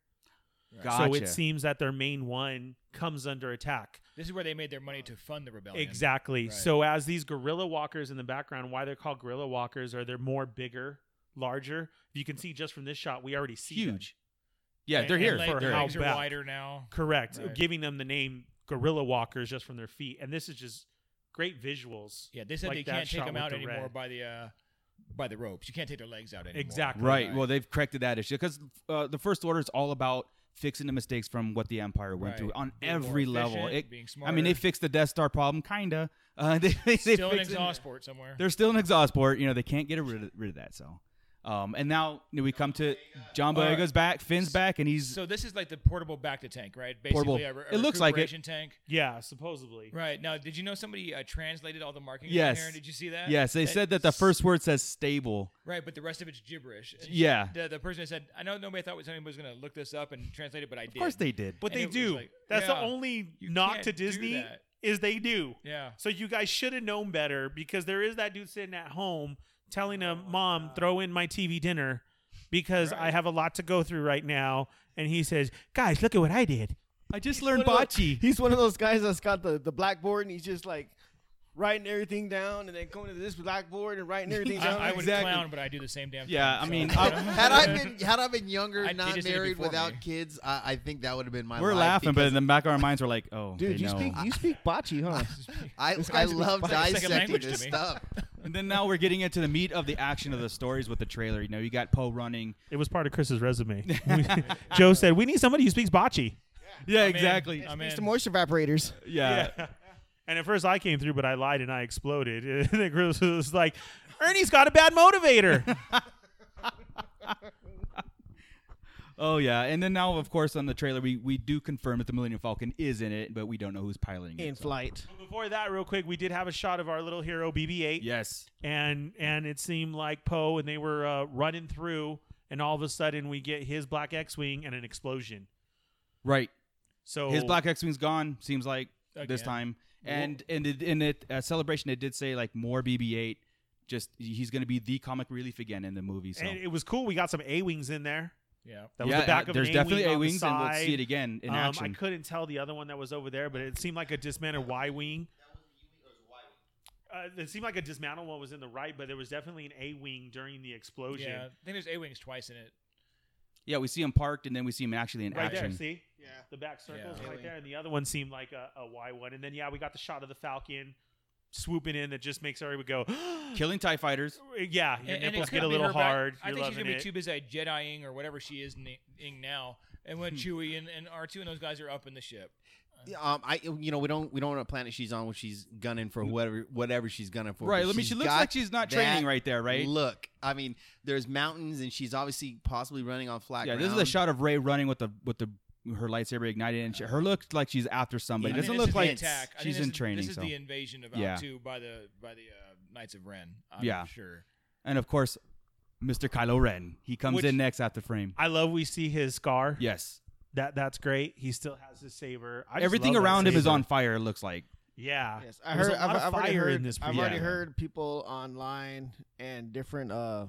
Gotcha.
So it seems that their main one comes under attack.
This is where they made their money to fund the rebellion.
Exactly.
Oh, Right.
So as these gorilla walkers in the background, why they're called gorilla walkers are they're more bigger, larger. You can see just from this shot, we already see them.
huge. Yeah,
And-
they're
and
here.
Leg-
for
their
how
legs are
back.
wider now.
Correct.
Right.
Giving them the name gorilla walkers just from their feet, and this is just great visuals.
Yeah, they said
like
they
that
can't take
shot
them
with
out
the
anymore
red.
by the uh, by the ropes. You can't take their legs out anymore.
Exactly.
Right.
Right.
Well, they've corrected that issue because uh, the first order is all about fixing the mistakes from what the Empire went
Right.
through on
Being more
every level.
efficient,
It-
being
I mean, they
smarter.
fixed the Death Star problem, kinda. <laughs> Uh, they, they
Still an
fixed it.
exhaust port somewhere.
They're still an exhaust port. You know, they can't get rid of, rid of that. So, um, and now you know, we come to John
All right.
Boyega's back, Finn's back, and he's
So this is like the portable back to tank, right? Basically,
Portable.
A, re- a
It looks like it.
recuperation tank.
Yeah, supposedly.
Right now, did you know somebody uh, translated all the markings
Yes.
in here? Did you see that?
yes. They said that the first word says stable.
Right, but the rest of it's gibberish. And
Yeah.
The, the person said, "I know nobody thought somebody was going to look this up and translate it, but I did."
Of course they did.
But
And
they
it was
do.
like,
That's the
yeah,
only
you
knock
can't
to
do
Disney
that.
is they do.
Yeah.
So you guys should have known better because there is that dude sitting at home telling him, "Mom, throw in my TV dinner," because I have a lot to go through right now. And he says, "Guys, look at what I did."
I just learned
one of those-
bocce.
He's one of those guys that's got the, the blackboard and he's just like writing everything down and then going to this blackboard and writing
<laughs>
everything
I,
down.
I would
Exactly.
clown, but I do the same damn.
Yeah, I
thing, so, <laughs>
mean,
you
I-
know.
uh, Had I been had I been younger,
I- he
not
just did it
married,
before
without
me.
kids, I, I think that would have been my.
We're
life
laughing, but
because
in the back of our minds, we're like, oh, they
Dude, you
know.
speak you speak bocce, huh?
I
this
I
guy's been
love
fucking second
dissecting
language to
this
me.
stuff.
And then now we're getting into the meat of the action of the stories with the trailer. You know, you got Poe running.
It was part of Chris's resume. <laughs> Joe said, "We need somebody who speaks bocce."
Yeah,
I'm in.
exactly. Um,
I'm
It's
in.
the moisture evaporators.
Yeah.
And at first I came through, but I lied and I exploded. <laughs> And then Chris was like, "Ernie's got a bad motivator."
<laughs> Oh yeah. And then now, of course, on the trailer, we we do confirm that the Millennium Falcon is in it, but we don't know who's piloting
In
it. so-
flight.
Before that, real quick, we did have a shot of our little hero BB-8.
Yes.
and and it seemed like Poe and they were uh, running through, and all of a sudden we get his black X-wing and an explosion.
Right.
So
His Black X Wing's gone. Seems like this
Again.
time. And and it, in it uh, celebration, it did say like more BB-8. Just he's going to be the comic relief again in the movie. So
and it was cool. We got some A-wings in there.
yeah.
That was
yeah,
the back
uh,
of
there's
an
definitely
A-wing on the
A-wings, and we'll see
side.
it again in
Um, I
action.
couldn't tell the other one that was over there, but it seemed like a dismantled Y-wing. Uh, it seemed like a dismantled one was in the right, but there was definitely an A-wing during the
Oh,
explosion.
Yeah, I think there's A wings twice in it.
Yeah, we see him parked, and then we see him actually in
right
action.
there. See,
Yeah.
the back circles
Yeah.
right there, and the other one seemed like a, a Y one, and then yeah, we got the shot of the Falcon swooping in that just makes everybody go, <gasps>
Killing Tie Fighters.
yeah, your
And- and
nipples
it's
get
gotta
a
be
little
her back-
hard.
I
You're
think she's
loving
gonna be
it.
too busy Jediing or whatever she is na- ing now. And
Hmm.
when Chewie and, and R two and those guys are up in the ship,
Um, I you know we don't we don't want a planet she's on when she's gunning for whatever whatever she's gunning for.
Right.
but
Let me.
she's
She looks
got
like she's not training
that
right there. Right.
Look, I mean, there's mountains, and she's obviously possibly running on flat
Yeah.
ground.
This is a shot of Ray running with the with the her lightsaber ignited, and she, her looks like she's after somebody. It
Yeah, I
doesn't
mean,
look
this is
like
the attack.
she's
this
in
is,
training,
This is
so.
the invasion of
Yeah.
R two by the by the uh, Knights of Ren. I'm
Yeah.
sure.
And of course, Mr. Kylo Ren. He comes
Which-
in next after frame.
I love we see his scar.
Yes.
that that's great. He still has his saber. I just
Everything
love that
around him is
saber.
on fire. It looks like.
Yeah,
Yes, I
There's
heard.
a lot
I've,
of
I've already
fire
heard.
in this
I've already
preview.
heard people online and different uh,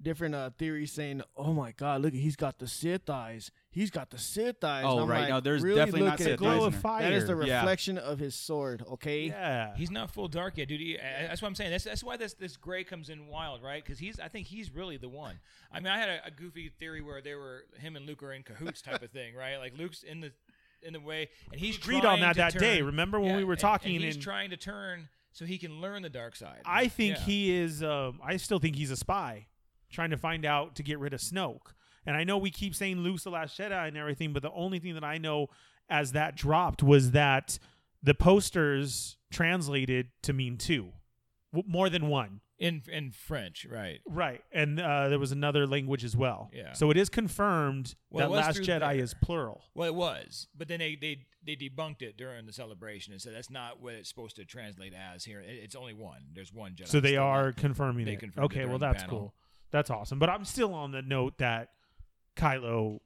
different uh theories saying, "Oh my God, look, he's got the Sith eyes. He's got the Sith eyes."
Oh,
And I'm
right.
like,
No, there's
really
definitely not
look at
Sith
it.
eyes
glow
in
of
there.
fire.
That is the
Yeah.
reflection of his sword. Okay.
yeah.
He's not full dark yet, dude. He, I- that's what I'm saying. That's that's why this this gray comes in wild, right? Because he's I think he's really the one. I mean, I had a, a goofy theory where they were him and Luke are in cahoots type of thing, right? Like Luke's in the in the way, and he's
agreed on
trying
that
to
that
turn-
day. Remember when we were
and-
talking
And he's
and-
trying to turn so he can learn the dark side.
I think
Yeah.
he is. Um, I still think he's a spy trying to find out to get rid of Snoke. And I know we keep saying Luke's the last Jedi and everything, but the only thing that I know as that dropped was that the posters translated to mean two, w- more than one.
in in French, right?
Right, and uh, there was another language as well.
Yeah.
So it is confirmed
Well, it
that
was
Last
through
Jedi
there.
is plural.
Well, it was, but then they they they debunked it during the celebration and said that's not what it's supposed to translate as here. It- it's only one. There's one Jedi.
So they
still
are
out there.
confirming
They
it.
confirmed it
okay, well
during the
that's
panel.
cool. That's awesome. But I'm still on the note that Kylo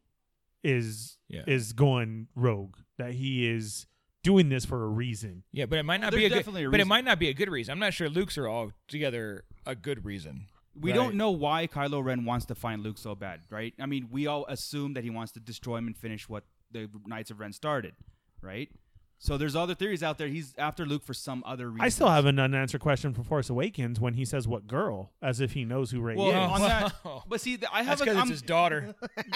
is
Yeah.
is going rogue. That he is doing this for a reason.
Yeah, but it might not
There's
be a good.
definitely a
but it
reason.
might not be a good reason. I'm not sure Luke's are all together a good reason.
We
Right.
don't know why Kylo Ren wants to find Luke so bad, right? I mean, we all assume that he wants to destroy him and finish what the Knights of Ren started, right? So there's other theories out there. He's after Luke for some other reason.
I still have an unanswered question for Force Awakens when he says what girl as if he knows who Ray
Well,
is.
Yeah.
on that,
<laughs> Wow.
but see, th- I have
That's
a.
because it's
I'm- <laughs>
his daughter.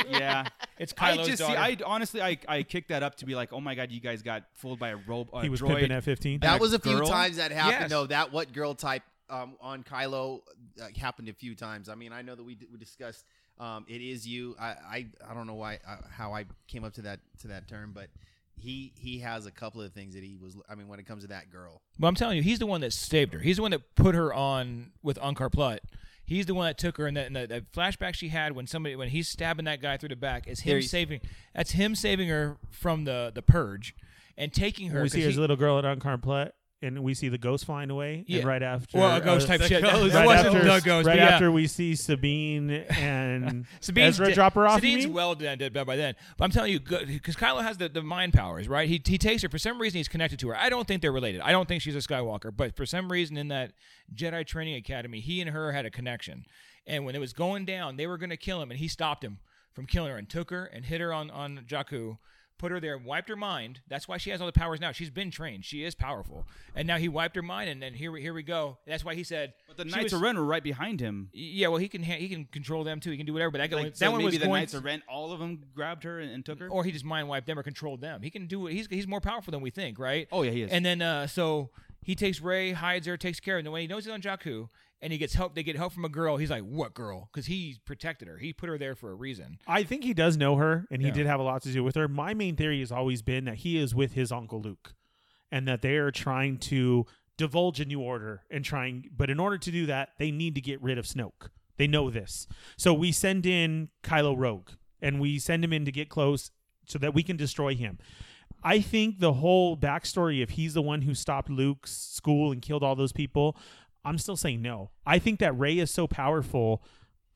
yeah,
It's
I
Kylo's
just see.
daughter.
I honestly, I, I kicked that up to be like, oh my god, you guys got fooled by a
uh,
robot.
he was
droid.
pimping F-15.
That
a
was a few
girl?
times that happened.
Yes.
No, that what girl type um, on Kylo uh, happened a few times. I mean, I know that we d- we discussed um, it is you. I, I I don't know why uh, how I came up to that to that term, but he he has a couple of things that he was. I mean, when it comes to that girl,
but I'm telling you, he's the one that saved her. He's the one that put her on with Ankar Plutt. He's the one that took her, and that, and that, that flashback she had when somebody when he's stabbing that guy through the back is him
There he-
saving. That's him saving her from the the purge, and taking her.
we
'cause
see his
he-
little girl at Uncarn Plot and we see the ghost flying away,
Yeah.
and right after, uh,
well, a ghost type
the
shit.
ghost.
<laughs> It
right
wasn't
after,
the ghost. but
right
yeah.
after we see Sabine and
<laughs> Sabine's
Ezra
de-
drop her off. you
Sabine's
mean?
well dead, dead by then. But I'm telling you, because Kylo has the, the mind powers, right? He, he takes her for some reason. He's connected to her. I don't think they're related. I don't think she's a Skywalker, but for some reason in that Jedi training academy, he and her had a connection. And when it was going down, they were going to kill him, and he stopped him from killing her and took her and hit her on on Jakku. Put her there, wiped her mind. That's why she has all the powers now. She's been trained. She is powerful, and now he wiped her mind. And then here, we- here we go. That's why he said.
But the
she
Knights
was-
of Ren were right behind him.
Yeah, well, he can ha- he can control them too. He can do whatever. But that, guy-
Like,
that
so
one
maybe
was
the
going
Knights of Ren, all of them grabbed her and, and took her.
or he just mind wiped them or controlled them. He can do it. He's he's more powerful than we think, right?
Oh, yeah, he is.
And then uh, so he takes Ray, hides her, takes care of. her. And when he knows he's on Jakku, and he gets help, they get help from a girl. He's like, "What girl?" Because he protected her. He put her there for a reason.
I think he does know her, and he
Yeah.
did have a lot to do with her. My main theory has always been that he is with his uncle Luke, and that they are trying to divulge a new order and trying. But in order to do that, they need to get rid of Snoke. They know this, so we send in Kylo Rogue, and we send him in to get close so that we can destroy him. I think the whole backstory, if he's the one who stopped Luke's school and killed all those people, I'm still saying no. I think that Ray is so powerful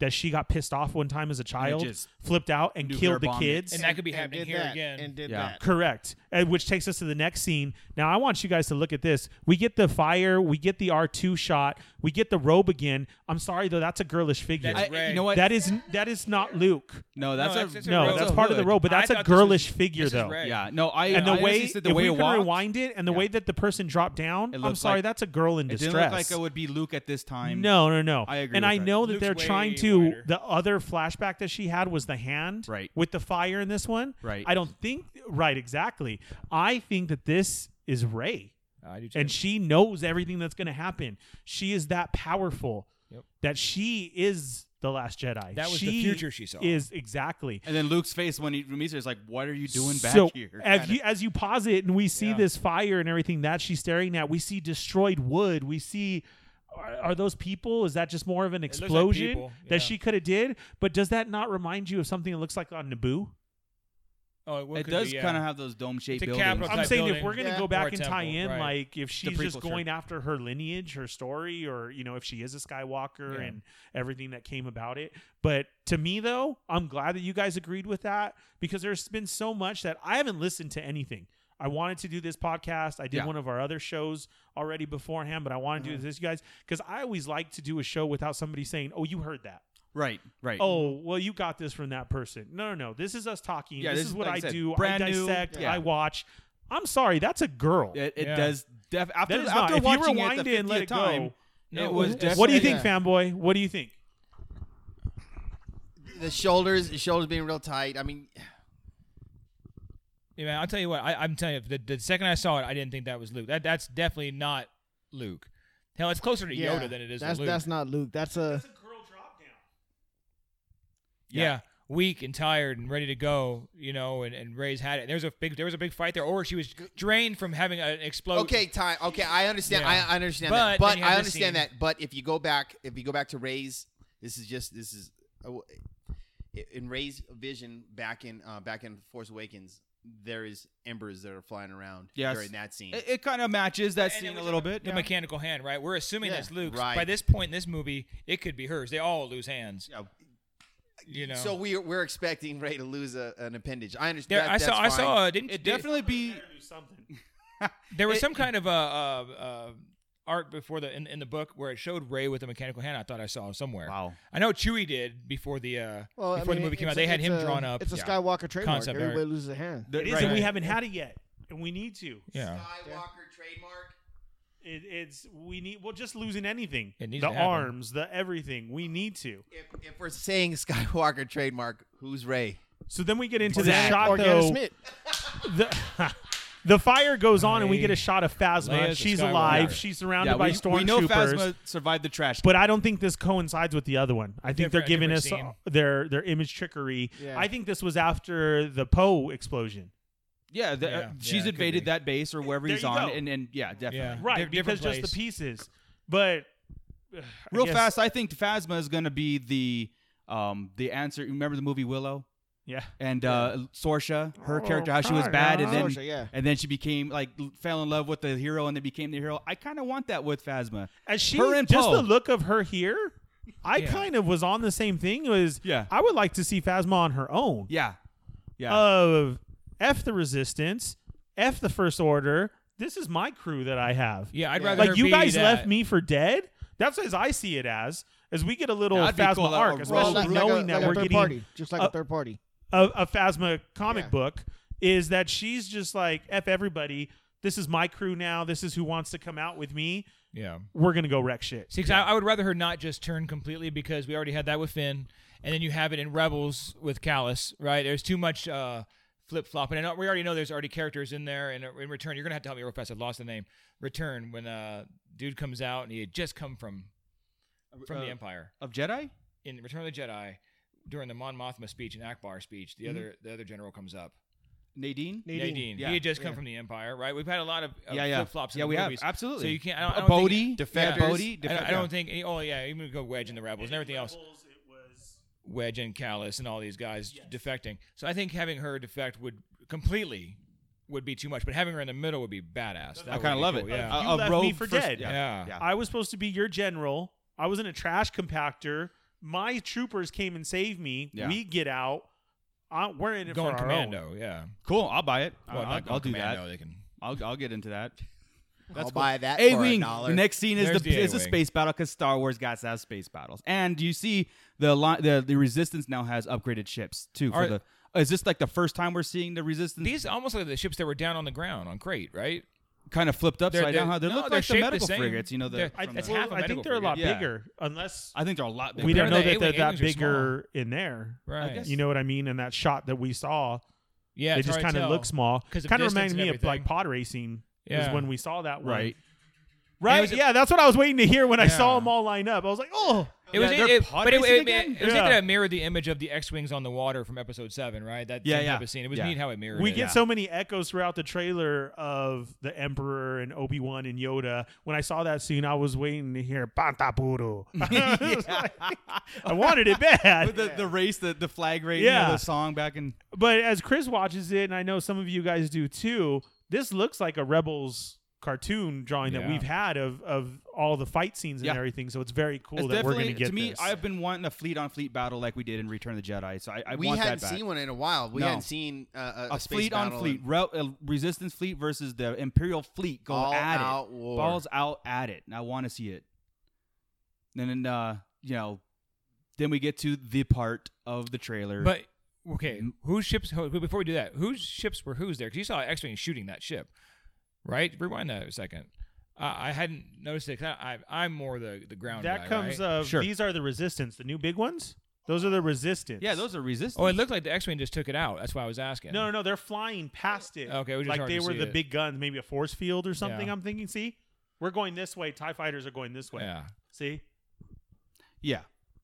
that she got pissed off one time as a child,
just
flipped out, and
nuclear
killed the
bombed it.
kids.
And that could be
And
happening
did
here
that,
again.
And did
Yeah.
that.
Correct. Uh, which takes us to the next scene. Now, I want you guys to look at this. We get the fire, we get the R2 shot, we get the robe again. I'm sorry, though, that's a girlish figure.
That's-
I,
Ray.
you know what?
that is that is not Luke.
no, that's
No,
a,
that's- that's a
No,
robe.
that's
a
part of the
hood.
robe, but
I
that's a
thought this was-
girlish figure,
this is
though.
Ray.
Yeah, no, I
And the
I
way,
honestly said the
if
way
we
it
can
walked,
rewind it, and the way that the person dropped down,
It
I'm
looks
sorry,
like-
that's a girl in
it
distress.
didn't look like it would be Luke at this time.
No, no, no.
I agree
And
with
I
that.
know that
Luke's
they're
way
trying to
wider.
the other flashback that she had was the hand
Right.
with the fire in this one.
Right.
I don't think right exactly. I think that this is Ray
I do too.
and she knows everything that's going to happen. She is that powerful
Yep.
that she is the last Jedi.
That was the
She
future she saw.
Is exactly.
And then Luke's face when he meets her is like, "What are you doing back
so
here?"
As
Kinda.
you, as you pause it and we see
Yeah.
this fire and everything that she's staring at, we see destroyed wood. We see are, are those people? Is that just more of an
looks like
explosion
people, yeah.
that she could have did? But does that not remind you of something that looks like on Naboo?
oh, well,
it
could
does
be, yeah.
kind of have those dome shaped
It's a
buildings.
capital
I'm
type
saying if
building.
we're going to
Yeah.
go back
Or a
and
temple,
tie in,
right.
like if she's just
prequel
going after her lineage, her story, or you know if she is a Skywalker
Yeah.
and everything that came about it. But to me, though, I'm glad that you guys agreed with that because there's been so much that I haven't listened to anything. I wanted to do this podcast. I did
Yeah.
one of our other shows already beforehand, but I want
Mm-hmm.
to do this, you guys, because I always like to do a show without somebody saying, "Oh, you heard that."
Right, right.
Oh, well, you got this from that person. No, no, no. This is us talking.
Yeah,
this,
this
is
is,
what
like I
I
said,
do.
brand
I
new.
dissect.
Yeah.
I watch. I'm sorry, that's a girl.
it, it
Yeah.
does. Def- after
that is
after
not. If you
watching it
rewind
the
it and let
50th
it
time,
go,
No,
it was
what
definitely.
what do you
Yeah.
think, fanboy? What do you think?
The shoulders, the shoulders being real tight. I mean,
Yeah, man, I'll tell you what. I, I'm telling you, the, the second I saw it, I didn't think that was Luke. That that's definitely not Luke. Hell, it's closer to
Yeah.
Yoda than it is
That's
Luke.
that's not Luke. That's a
yeah. weak and tired and ready to go, you know, and, and Ray's had it. There's a big there was a big fight there, or she was drained from having an explosion.
okay, time. Okay, I understand.
Yeah.
I, I understand
But
that.
then
But
you have
I
this
understand
scene.
that. But if you go back, if you go back to Ray's, this is just this is uh, in Ray's vision back in uh, back in Force Awakens. There is embers that are flying around
Yes.
during that scene.
It, it kind of matches that
And then
scene a
we got
little
the-
bit.
The
yeah.
mechanical hand, right? We're assuming
Yeah,
that's Luke's.
right.
By this point in this movie, it could be hers. They all lose hands.
Yeah.
You know.
So we we're expecting Ray to lose a, an appendage. I
there,
understand. that-
I saw.
that's
I
fine.
saw. Uh, didn't
It definitely be.
There was
It-
some kind of uh, uh, uh, art before the in, in the book where it showed Ray with a mechanical hand. I thought I saw somewhere.
Wow.
I know Chewie did before the uh,
well, I
before
mean,
the movie came
it's
out.
a-
They had
it's
him
a-
drawn up.
It's a
Yeah.
Skywalker trademark.
Concept art.
Everybody loses a hand.
The-
It is,
right.
and we haven't had it yet, and we need to.
Yeah.
Skywalker trademark.
It, it's we need. Well, just losing anything.
It needs
the
to happen.
arms, the everything. We need to.
If, if we're saying <laughs> Skywalker trademark, who's Ray?
So then we get into the
Zach
shot
Organa
though.
Smith.
The, <laughs> the fire goes on, and we
Hey.
get a shot of Phasma.
Leia's a
She's
Skywalker.
alive.
Yeah.
She's surrounded
Yeah,
by
we,
stormtroopers.
we know Phasma survived the trash.
But I don't think this coincides with the other one. I think they're
Different-
giving us
different
uh, their their image trickery.
Yeah.
I think this was after the Poe explosion.
yeah, the,
Yeah,
uh,
yeah, it
she's
could
invaded
be.
that base or wherever
There
he's
you
on,
go.
and and yeah, definitely.
Yeah.
Right,
Di-
because
different
just the
place.
pieces. But ugh, I
Real
guess-
fast, I think Phasma is going to be the um the answer. Remember the movie Willow?
Yeah.
and uh, Sorsha, her
Oh,
character, how she was
God,
bad, and
yeah.
then
Sorsha, yeah.
and then she became like l- fell in love with the hero, and then became the hero. I kind of want that with Phasma.
As she
Her and
just
Poe.
the look of her here, I
Yeah.
kind of was on the same thing. Was
Yeah.
I would like to see Phasma on her own.
Yeah, yeah,
Uh, Of f the resistance, f the first order. This is my crew that I have.
Yeah, I'd
Yeah.
rather her
like you
be
guys
that.
left me for dead. That's as I see it as. As we get a little
That'd be
Phasma
cool, like a
arc,
roll-
especially
like a-
knowing
a,
that
like a
we're
third
getting
party, just like
uh,
a third party.
a, a Phasma comic
Yeah.
book is that she's just like f everybody. This is my crew now. This is who wants to come out with me.
Yeah.
We're gonna go wreck shit.
See, 'cause I, I would rather her not just turn completely because we already had that with Finn, and then you have it in Rebels with Callus, right? There's too much uh, flip flopping, and I know- we already know there's already characters in there. And uh, in Return, you're gonna have to help me real fast. I lost the name. Return when uh, dude comes out and he had just come from from
Uh,
the Empire
of Jedi.
in Return of the Jedi during the Mon Mothma speech and Akbar speech.
Mm-hmm.
The other the other general comes up.
Nadine.
Nadine.
Nadine.
Yeah.
He had just come
Yeah.
from the Empire, right? We've had a lot of uh,
Yeah, yeah.
flip flops.
Yeah,
in the
we have.
movies.
Absolutely.
So you can't. I don't, I don't
Bodhi,
think,
defectors.
Yeah,
Bodhi,
I don't, I
defector.
don't think. Any, oh yeah, even go Wedge in the Rebels and everything else. Wedge and Callus and all these guys defecting. So I think having her defect would completely would be too much, but having her in the middle would be badass.
I kind of love it.
Yeah.
You left me
rogue
for
first-
dead.
Yeah.
Yeah.
yeah.
I was supposed to be your general. I was in a trash compactor. My troopers came and saved me.
Yeah.
We get out. Uh, we're in it
Going
for our own.
commando. Yeah.
Cool. I'll buy it.
Well,
I'll,
not
Uh, I'll,
going
do
commando,
that.
They can.
I'll, I'll get into that.
I'll buy that
A
for a
wing.
dollar.
The next scene is
There's
the,
the
is the
A-wing.
space battle because Star Wars got to have space battles, and you see the li- the the Resistance now has upgraded ships too. For
Are-
the is this like the first time we're seeing the Resistance
These almost like the ships that were down on the ground on crate, right?
kind of flipped upside
They're-
down?
they're-
How they
no,
look
they're
like the
shaped the
medical
same.
frigates, you know? The,
They're-
I,
from
That's
the-
well,
half a
I
medical
think they're a lot
frigate. Yeah.
bigger, unless
I think they're a lot bigger.
we don't
Remember
know
the
that they're
A-wings
that
are
bigger in there.
Right.
guess.
You know what I mean? In that shot that we saw,
Yeah.
they
it's
just
hard
kind
to
of
tell.
look small.
'Cause of
Kind of
distance and
reminded me of like
everything.
pod racing.
Yeah.
Is when we saw that one.
Right.
it
Right.
was a-
yeah, that's what I was waiting to hear when I saw
Yeah.
them all line up. I was like, oh.
It was,
they're
it, it-
pod
but it,
racing
it,
again?
it was
Yeah.
neat that it mirrored the image of the X-wings on the water from Episode Seven, right? That
Yeah,
same
yeah.
type of scene. It was
Yeah.
neat how it mirrored.
We
it.
get so many echoes throughout the trailer of the Emperor and Obi Wan and Yoda. When I saw that scene, I was waiting to hear Pantapuru. <laughs> I
<laughs>
was like- I wanted it
But
bad.
the, the race, the, the flag race, yeah,
Yeah.
the song back in
But as Chris watches it, and I know some of you guys do too, this looks like a Rebels cartoon drawing that
Yeah.
we've had of of all the fight scenes and
Yeah.
everything. So it's very cool
It's
that we're going
definitely-
get
to me.
this.
I've been wanting a fleet on fleet battle like we did in Return of the Jedi, so I, I
we
want
hadn't
that back.
seen one in a while. We
No.
hadn't seen uh, a,
a
space
fleet on
battle
fleet,
in-
re- uh, resistance fleet versus the imperial fleet going
All
at
out
it,
war.
balls out at it, and I want to see it. And then, uh, you know, then we get to the part of the trailer.
But okay, whose ships? ho- Before we do that, whose ships were whose there? Because you saw X-wing shooting that ship, right? Rewind that a second. Uh, I hadn't noticed it. 'cause I, I, I'm more the the ground.
that
guy,
comes
right?
of
Sure.
these are the Resistance, the new big ones. Those are the Resistance.
yeah, those are resistance.
Oh, it looked like the X-wing just took it out. That's why I was asking.
No, no, no. They're flying past it.
Okay, it was just
like
hard
they
to
were
see
the
it.
big guns, maybe a force field or something.
Yeah.
I'm thinking. See, we're going this way. Tie fighters are going this way.
Yeah,
See.
yeah,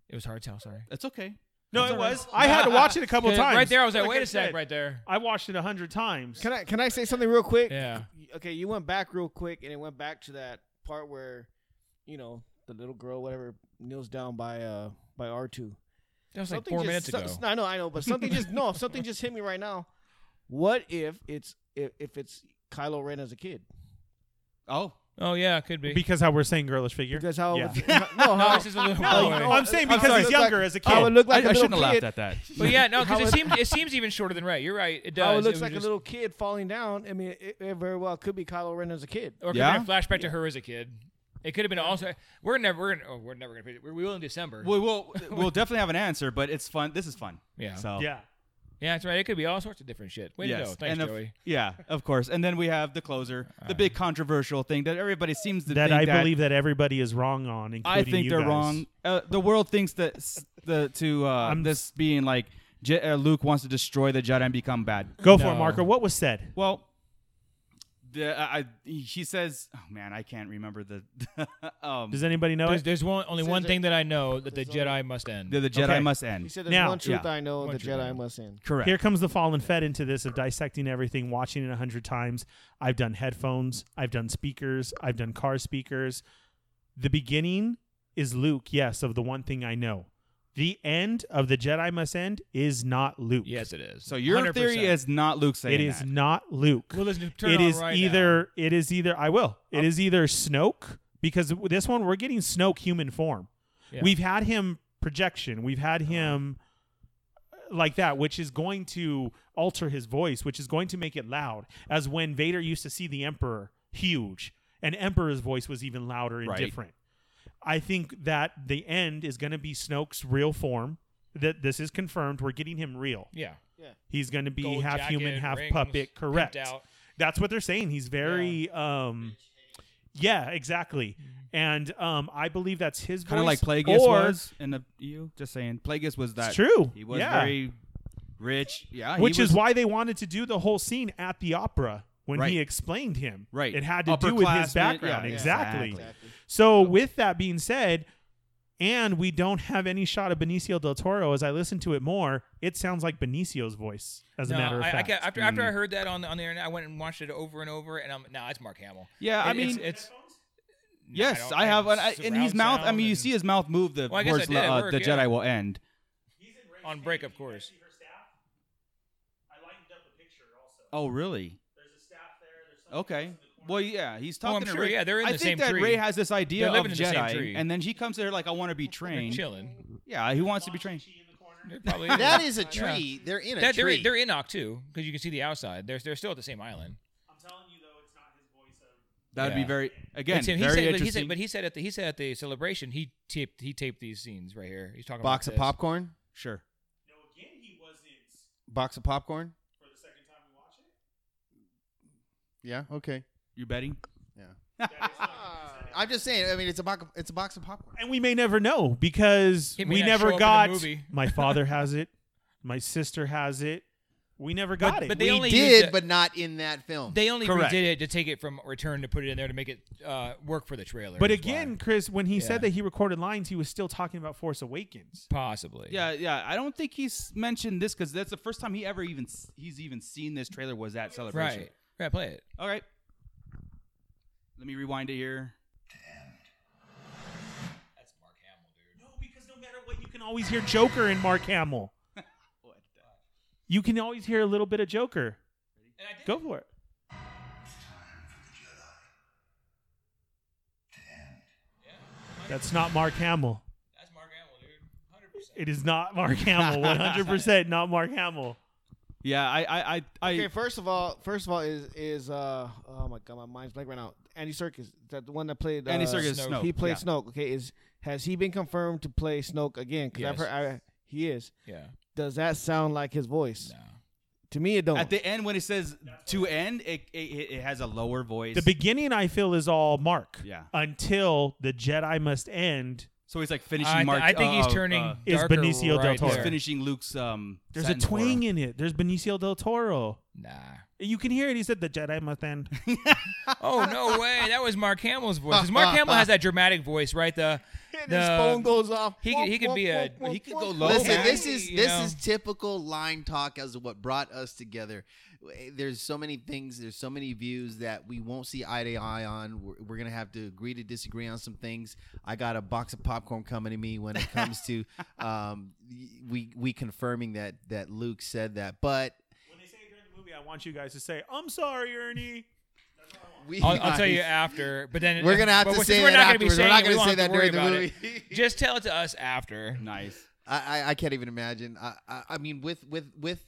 it was hard to tell. Sorry.
it's okay.
No,
That's
it
all right.
was. I had to watch it
<laughs>
a couple
'Cause
times.
Right there, I was like,
Like
wait
I
a sec,
said,
right there.
I watched it a hundred times.
Can I can I say something real quick?
Yeah.
Okay, you went back real quick, and it went back to that part where, you know, the little girl, whatever, kneels down by uh by R two.
That was like
Something
four
just-
minutes
so-
ago.
so- I know, I know, but something just no, something just hit me right now. What if it's if, if it's Kylo Ren as a kid?
Oh,
Oh yeah, could be.
Because how we're saying girlish figure.
Because how
Yeah.
no,
<laughs> no,
how,
it's just a little
no,
boy.
no,
I'm saying
I'm
because
sorry.
he's
It looks
younger
like-
as a kid.
how it looked like
I,
a
I
little
shouldn't have laughed
kid.
at
<laughs>
that.
But yeah, no,
How
because it
it-
seemed it seems even shorter than right. You're right. It does.
How Oh, it looks
was
like a
just-
little kid falling down. I mean, it, it very well could be Kylo Ren as a kid.
Or could
Yeah?
have been a flashback to her as a kid. It could have been also. We're never. We're, oh, we're never gonna. pick it. We will in December.
We will we'll definitely have an answer, but it's fun. This is fun.
Yeah.
So
Yeah.
yeah, that's right. It could be all sorts of different shit. Way to go. Thanks,
and of-
Joey.
yeah, of course. And then we have the closer, the big controversial thing that everybody seems to
That
think
I
that
believe that everybody is wrong on, including
I think
you
they're
guys.
wrong. Uh, the world thinks that s- the to uh,
I'm-
this being like Je- uh, Luke wants to destroy the Jedi and become bad.
Go for it,
No.
Marco. What was said?
Well, the I, I he says, oh man, I can't remember the <laughs> um
Does anybody know
There's,
it?
there's one only
Says
one
it-
thing that I know that the
there's only-
Jedi must end.
the, the Jedi
Okay.
must
He
end.
said, "There's
Now-
one truth
yeah.
I know:
One
the
truth
Jedi
I know.
must end."
Correct.
Here comes the fallen fed into this of dissecting everything, watching it a hundred times. I've done headphones, I've done speakers, I've done car speakers. The beginning is Luke, yes, of the one thing I know. The end of the Jedi must end is not Luke.
Yes, it is.
So your theory
100%.
is not Luke saying
it is
that.
not Luke.
Well, listen, turn
it
on
is
right
either it is either I will. It is either Snoke because this one we're getting Snoke human form.
Yeah.
We've had him projection. We've had him like that, which is going to alter his voice, which is going to make it loud. As when Vader used to see the Emperor huge, and Emperor's voice was even louder and
Right.
different. I think that the end is going to be Snoke's real form. That this is confirmed. We're getting him real.
Yeah.
He's going to be
Gold
half
jacket,
human, half
rings, pimped
puppet. Correct.
out.
That's what they're saying. He's very, um, yeah, exactly. And um, I believe that's his
Kind of
voice,
like Plagueis
or-
was in the EU. Just saying, Plagueis was that.
It's true.
He was
Yeah.
very rich. Yeah, he
which
was-
is why they wanted to do the whole scene at the opera when he
Right.
explained him.
Right.
It had to do with his
Upperclassmen,
background.
yeah,
exactly.
exactly.
So with that being said, and we don't have any shot of Benicio del Toro. As I listen to it more, it sounds like Benicio's voice. As
No,
a matter of
I, I
fact,
ca- after after I heard that on the, on the internet, I went and watched it over and over, and I'm now nah, it's Mark Hamill.
Yeah, I
It- it's-
mean-
it's,
Yes,
don't-
I, have, and, I,
surround
and his mouth. I
sound
mean, you
and-
see his mouth move. The
Well, I guess I
words,
did at
uh,
work,
the
yeah.
Jedi will end.
on break, of course.
Oh, really? Okay. Well, yeah, he's
Oh, I'm
talking to
sure,
Ray.
yeah, they're in
I
the
think
same
that
tree.
Ray has this idea
They're
of
living in the same
Jedi,
tree.
and then she comes to her like, "I want to be
They're
trained."
chilling.
Yeah, he wants to be trained.
<laughs>
They're probably
That is a
Yeah.
tree. They're in a
That- they're,
tree.
in- they're in Ock too, because you can see the outside. They're they're still at the same island.
That would be
Yeah.
very again
It's him.
very
He said, but he
interesting.
said, but he said at the he said at the celebration he taped he taped these scenes right here. He's talking
box
about
of
this.
popcorn.
sure.
Box of popcorn. Yeah. Okay.
You betting?
Yeah. <laughs> I'm just saying. I mean, it's a box. It's a box of popcorn.
and we may never know because
It may
we
not show
never
up in the
got.
movie.
<laughs> My father has it. My sister has it. We never got it.
but
We-
they only used
Did
it-
but not in that film.
They only
Correct.
redid it to take it from Return to put it in there to make it uh, work for the trailer.
but
is
again,
why.
Chris, when he
Yeah.
said that he recorded lines, he was still talking about Force Awakens.
possibly,
Yeah, yeah. I don't think he's mentioned this because that's the first time he ever even s- he's even seen this trailer was that celebration.
right, right. Play it.
All right. Let me rewind it here.
No, because no matter what, you can always hear Joker in Mark
<laughs>
Hamill. You can always hear a little bit of Joker. Go for it. That's not Mark Hamill.
That's Mark Hamill, dude. Hundred percent.
It is not
<laughs>
Mark Hamill. 100% not Mark Hamill.
Yeah, I, I, I, I
Okay, first of all, first of all is is uh oh my god, my mind's blank right now. Andy Serkis, that the one that played uh,
Andy Serkis,
Snoke.
Snoke.
He played
yeah.
Snoke. Okay, is has he been confirmed to play Snoke again? Because I've
Yes.
heard I, he is.
Yeah.
Does that sound like his voice?
No.
To me, it don't.
At the end, when it says to end, it it, it it has a lower voice.
The beginning, I feel, is all Mark.
Yeah.
Until the Jedi must end.
so he's like finishing.
I,
Mark,
I think
uh,
he's
uh,
turning.
uh,
Is
darker
Benicio del
right
Toro.
he's
there.
finishing Luke's. Um,
There's
satin
a twang
aura.
in it. There's Benicio del Toro.
Nah.
You can hear it. He said the Jedi must end. <laughs>
Oh no way! That was Mark Hamill's voice. 'Cause Mark Hamill has that dramatic voice, right? The
And his phone
the
goes off.
he could- he could be a-
he could go low.
Listen,
man.
this is
You
this
know.
is typical line talk as what brought us together. Eh, There's so many things, there's so many views that we won't see eye to eye on. We're, we're gonna have to agree to disagree on some things. I got a box of popcorn coming to me when it comes to um, we we confirming that that Luke said that, but
When they say it during the movie, I want you guys to say, I'm sorry, Ernie.
we
I'll,
<laughs>
I'll <laughs> tell you after. But then
We're gonna have
but
to
since
say
we're
that
not gonna be
afterwards. We're
saying
not
it, we
gonna
won't
say
have
that
to worry
during the
about it.
movie. <laughs>
Just tell it to us after.
Nice.
I, I, I can't even imagine. I, I, I mean, with with with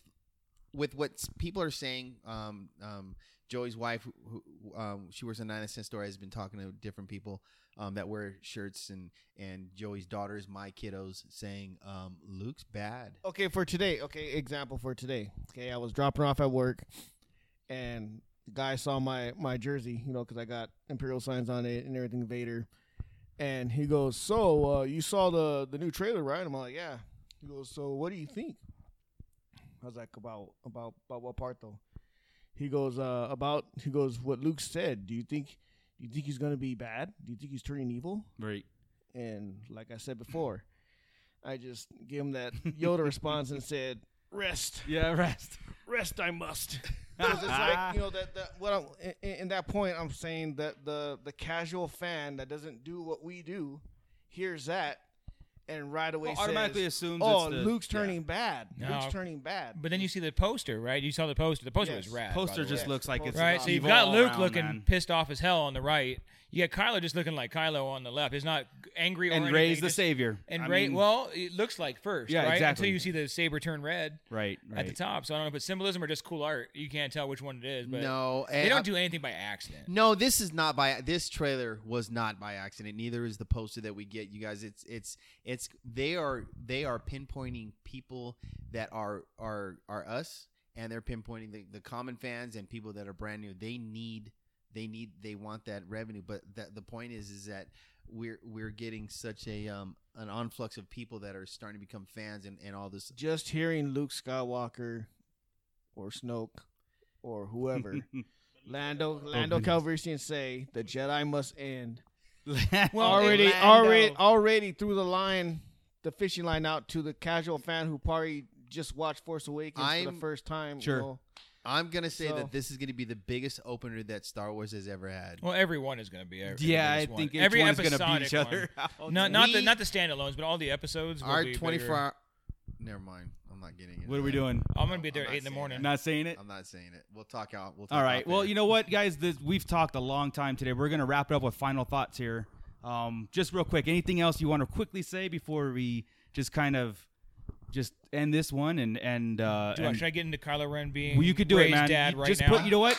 with what s- people are saying, um, um, Joey's wife, who, who, um, she works in Nine Cent Store, has been talking to different people um, that wear shirts, and and Joey's daughters, my kiddos, saying um, Luke's bad.
Okay, for today. Okay, example for today. Okay, I was dropping off at work, and guy saw my my jersey, you know, because I got Imperial signs on it and everything Vader, and he goes, "So uh, you saw the the new trailer, right?" I'm like, "Yeah." He goes, "So what do you think?" I was like, "About about about what part though?" He goes, uh, "About." He goes, "What Luke said. Do you think do you think he's gonna be bad? Do you think he's turning evil?"
Right.
And like I
<laughs>
said before, I just gave him that Yoda response and said, "Rest,
Yeah.
<laughs>
Rest.
rest, I must." <laughs> 'Cause it's like you know that, that what I'm, in- in, in that point I'm saying that the the casual fan that doesn't do what we do hears that and right away
Well,
says,
automatically assumes
oh,
it's the-
Luke's
yeah.
turning bad.
No.
Luke's turning bad.
But then you see the poster, right? You saw the poster. The poster
Yes.
was rad. by
Poster
the
just
way.
Yeah.
looks like it's
right. So you've
evil
got
all
Luke
around,
looking
man.
pissed off as hell on the right. You got Kylo just looking like Kylo on the left. He's not angry or
and
anything,
Ray's the
just-
savior.
And
I
Ray,
mean,
well, it looks like first,
Yeah,
right?
exactly.
Until you see the saber turn red
right, right.
at the top. So I don't know if it's symbolism or just cool art. You can't tell which one it is. But
no,
they
and
don't
I-
do anything by accident.
No, this is not by this trailer was not by accident. Neither is the poster that we get. You guys, it's it's it's they are they are pinpointing people that are are are us, and they're pinpointing the, the common fans and people that are brand new. They need they need they want that revenue. But that the point is is that we're we're getting such a um an influx of people that are starting to become fans and and all this.
Just hearing Luke Skywalker or Snoke or whoever,
<laughs>
Lando Lando Calrissian say the Jedi must end.
<laughs> Well,
already
Lando.
already already threw the line, the fishing line out to the casual fan who probably just watched Force Awakens for
I'm-
the first time.
Sure.
You know,
I'm gonna say
So-
that this is gonna be the biggest opener that Star Wars has ever had.
Well, every one is going to be. Every,
yeah, I
everybody's one.
think each
every
one's gonna beat
episodic
each other.
one.
<laughs> out.
Not not the
We-
not the standalones, but all the episodes. Will
Our
be
24
bigger.
hour. Never mind. I'm not getting it.
What are we doing?
I'm going to be
I'm
there
not
at eight in the
saying
morning.
Not saying it.
I'm not saying it. We'll talk out. We'll talk
All right.
out
Well,
there.
you know what, guys? This, we've talked a long time today. We're gonna wrap it up with final thoughts here. Um, just real quick. Anything else you want to quickly say before we just kind of just end this one and and uh,
Do I,
and-
should I get into Kylo Ren being?
well, you could do
Rey's
it, man.
Dad
You
right
just
now?
put. You know what?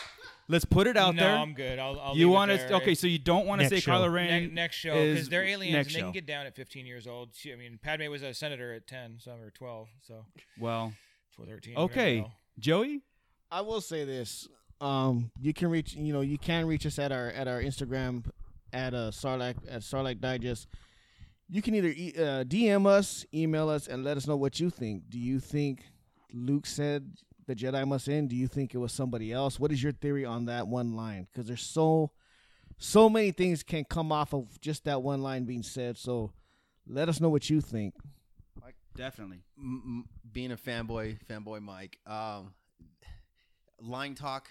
Let's put it out
no,
there.
I'm good. I'll. I'll
you
want
to? Okay, so you don't want to
Next
say
show.
Kylo
Ne-
Ren
next show
is
because they're aliens
Next
and they
show.
can get down at 15 years old. She, I mean, Padme was a senator at 10, so or 12, so
well,
12, 13. whatever the
okay,
hell.
Joey.
I will say this. Um, you can reach you know you can reach us at our at our Instagram at uh Sarlacc at Sarlacc Digest. You can either e- uh, DM us, email us, and let us know what you think. Do you think Luke said the Jedi must end? Do you think it was somebody else? What is your theory on that one line? Because there's so so many things can come off of just that one line being said. So let us know what you think.
Definitely.
M- m- being a fanboy, fanboy Mike. Um, line talk.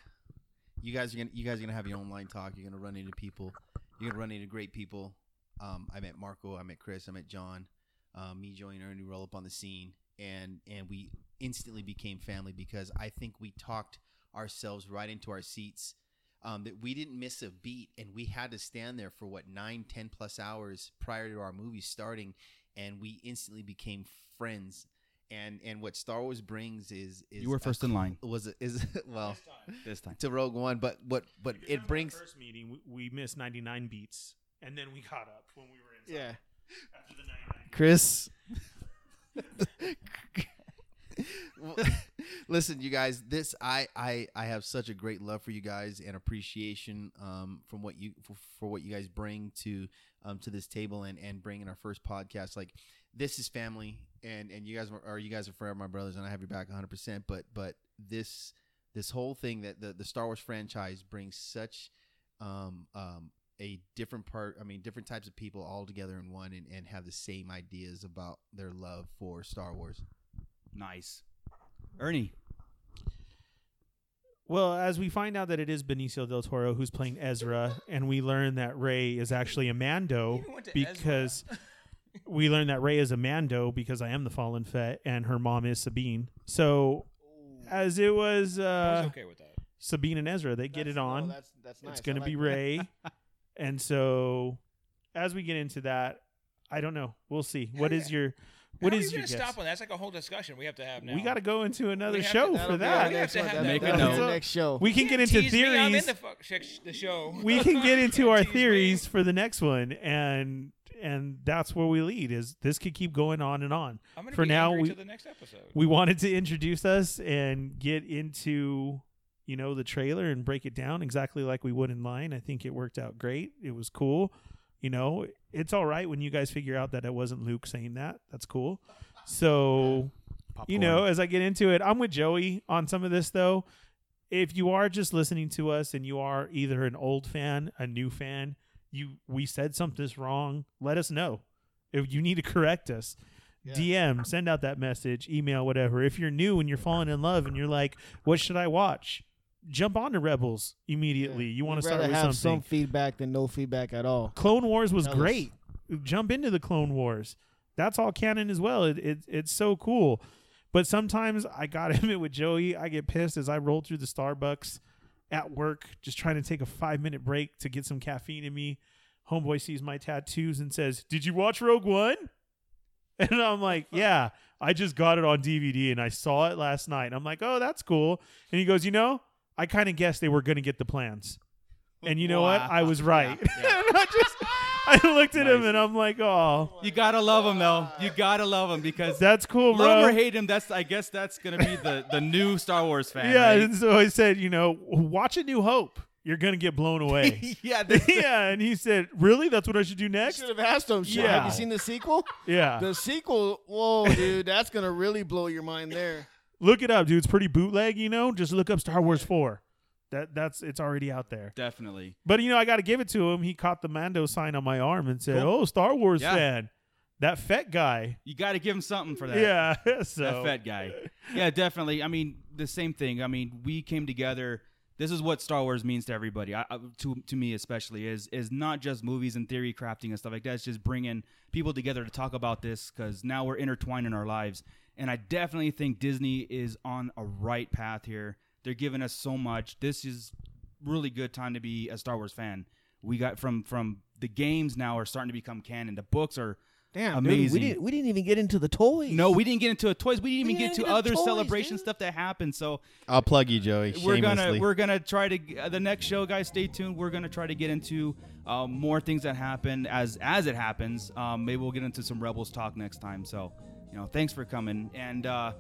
You guys are gonna. You guys are gonna have your own line talk. You're gonna run into people. You're gonna run into great people. Um, I met Marco. I met Chris. I met John. Um, me, Joey, and Ernie roll up on the scene, and and we instantly became family because I think we talked ourselves right into our seats. Um, that we didn't miss a beat, and we had to stand there for what nine, ten plus hours prior to our movie starting, and we instantly became friends. And and what Star Wars brings is, is
You were first in line
was it is <laughs> well
this time.
to Rogue One, but what but it brings
first meeting. We, we missed 99 beats, and then we caught up when we were inside.
Yeah.
After the 99
Chris. <laughs> Listen, you guys. This I, I I have such a great love for you guys and appreciation um, from what you for, for what you guys bring to um, to this table and and bringing our first podcast. Like this is family, and and you guys are you guys are forever my brothers, and I have your back 100. percent But but this this whole thing that the the Star Wars franchise brings such um, um, a different part i mean different types of people all together in one and, and have the same ideas about their love for star wars
Nice, Ernie.
Well, as we find out that it is Benicio del Toro who's playing Ezra, and we learn that Ray is actually
<laughs>
a Mando
even went to <laughs>
because we learn that Ray is a Mando because I am the Fallen Fett and her mom is Sabine. So, as it was
I was
uh,
okay with Oh. that.
Sabine and Ezra, they get
That's-
it
no,
on.
that's that's nice.
it's
I
going to
like
be
that.
Ray.
<laughs>
and so, as we get into that, I don't know. We'll see. What is your what
How are
is
you
your
gonna
guess?
stop on that? That's like a whole discussion we have to have now.
we got to go into another
have to-
show
That'll
for
be our
that.
We have
next
to
one.
have
That'll-
that. Make a
that'll be the
note.
next show.
We can
You
get
can't
into
tease me. I'm in
theories.
the fuck sh- the show.
we can get
You <laughs>
into
can't
our
tease me.
theories for the next one and and that's where we lead is this could keep going on and on
I'm gonna
for
be
now
angry
we
till the next episode.
we wanted to introduce us and get into you know the trailer and break it down exactly like we would in line i think it worked out great it was cool you know it's all right when you guys figure out that it wasn't luke saying that that's cool so you know, as I get into it, I'm with Joey on some of this though. If you are just listening to us and you are either an old fan, a new fan, you we said something's wrong, let us know. If you need to correct us, DM, send out that message, email, whatever. If you're new and you're falling in love and you're like, what should I watch? Jump on to Rebels immediately. You want to
We'd
start
rather
with
have
something.
some feedback than no feedback at all.
Clone Wars was
That was-
great. Jump into the Clone Wars. That's all canon as well. It, it it's so cool. But sometimes I got <laughs> him it with Joey. I get pissed as I roll through the Starbucks at work, just trying to take a five minute break to get some caffeine in me. Homeboy sees my tattoos and says, Did you watch Rogue One? <laughs> And I'm like,
<laughs>
Yeah, I just got it on DVD and I saw it last night. I'm like, Oh, that's cool. And he goes, You know, I kind of guessed they were going to get the plans. And you know what? I
<laughs>
was right. <laughs> and I just, I looked at him and I'm like, Oh,
You gotta love him though. You gotta love him because
that's cool, bro.
love or hate him. That's I guess that's gonna be the the new Star Wars fan.
<laughs> Yeah,
right?
and so I said, you know, watch A New Hope. You're gonna get blown away.
<laughs> yeah. This,
<laughs> yeah, and he said, really? That's what I should do next?
Should have asked him. Shit,
Yeah.
Have you seen the sequel?
Yeah,
The sequel. Whoa, dude, that's gonna really blow your mind there.
look it up, dude. It's pretty bootleg, you know. Just look up Star Wars Four. That that's it's already out there.
definitely.
But you know, I got to give it to him. He caught the Mando sign on my arm and said, "Oh, Star Wars
Yeah.
fan, that Fett guy."
You gotta give him something for that.
Yeah, <laughs> so
that fat guy. Yeah, definitely. I mean, the same thing. I mean, we came together. This is what Star Wars means to everybody. I, I- to to me especially is is not just movies and theory crafting and stuff like that. It's just bringing people together to talk about this because now we're intertwined in our lives. And I definitely think Disney is on a right path here. They're giving us so much. This is really good time to be a Star Wars fan. We got from from the games now are starting to become canon. The books are
Damn,
amazing.
Dude, we didn't. We didn't even get into the toys.
No, we didn't get into a toys. We didn't even
didn't
get to
get into
other
toys,
celebration
dude.
stuff that happened. So
I'll plug you, Joey.
we're gonna
shamelessly.
we're gonna try to uh, the next show, guys. Stay tuned. We're gonna try to get into um, more things that happen as as it happens. Um, maybe we'll get into some Rebels talk next time. So you know, thanks for coming, and uh,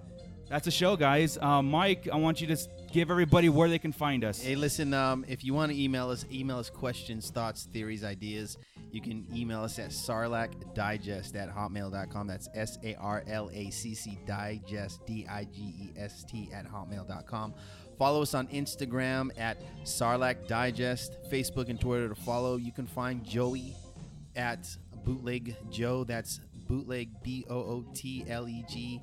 that's the show, guys. Uh, Mike, I want you to s- give everybody where they can find us.
Hey, listen, um, if you want to email us, email us questions, thoughts, theories, ideas. You can email us at sarlacdigest at hotmail.com. That's S A R L A C C digest, D I G E S T, at hotmail.com. Follow us on Instagram at sarlacdigest, Facebook and Twitter to follow. You can find Joey at bootleg Joe. That's bootleg B O O T L E G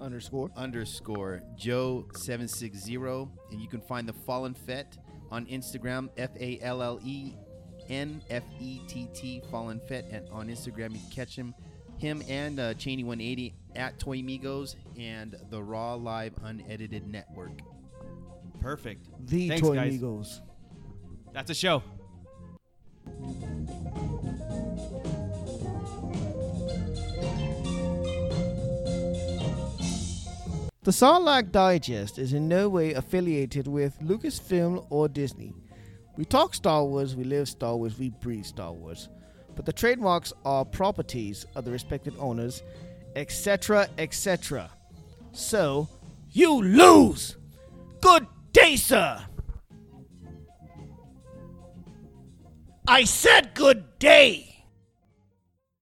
underscore.
underscore Joe seven six zero, and you can find the Fallen Fet on Instagram F A L L E N F E T T Fallen Fet, and on Instagram you can catch him, him and uh, Cheney one eighty at Toy Migos and the Raw Live Unedited Network.
Perfect.
The
Thanks,
Toy
guys.
Migos.
That's a show.
The Sarlacc Digest is in no way affiliated with Lucasfilm or Disney. We talk Star Wars, we live Star Wars, we breathe Star Wars. But the trademarks are properties of the respected owners, etc., etc. So, you lose! Good day, sir! I said good day!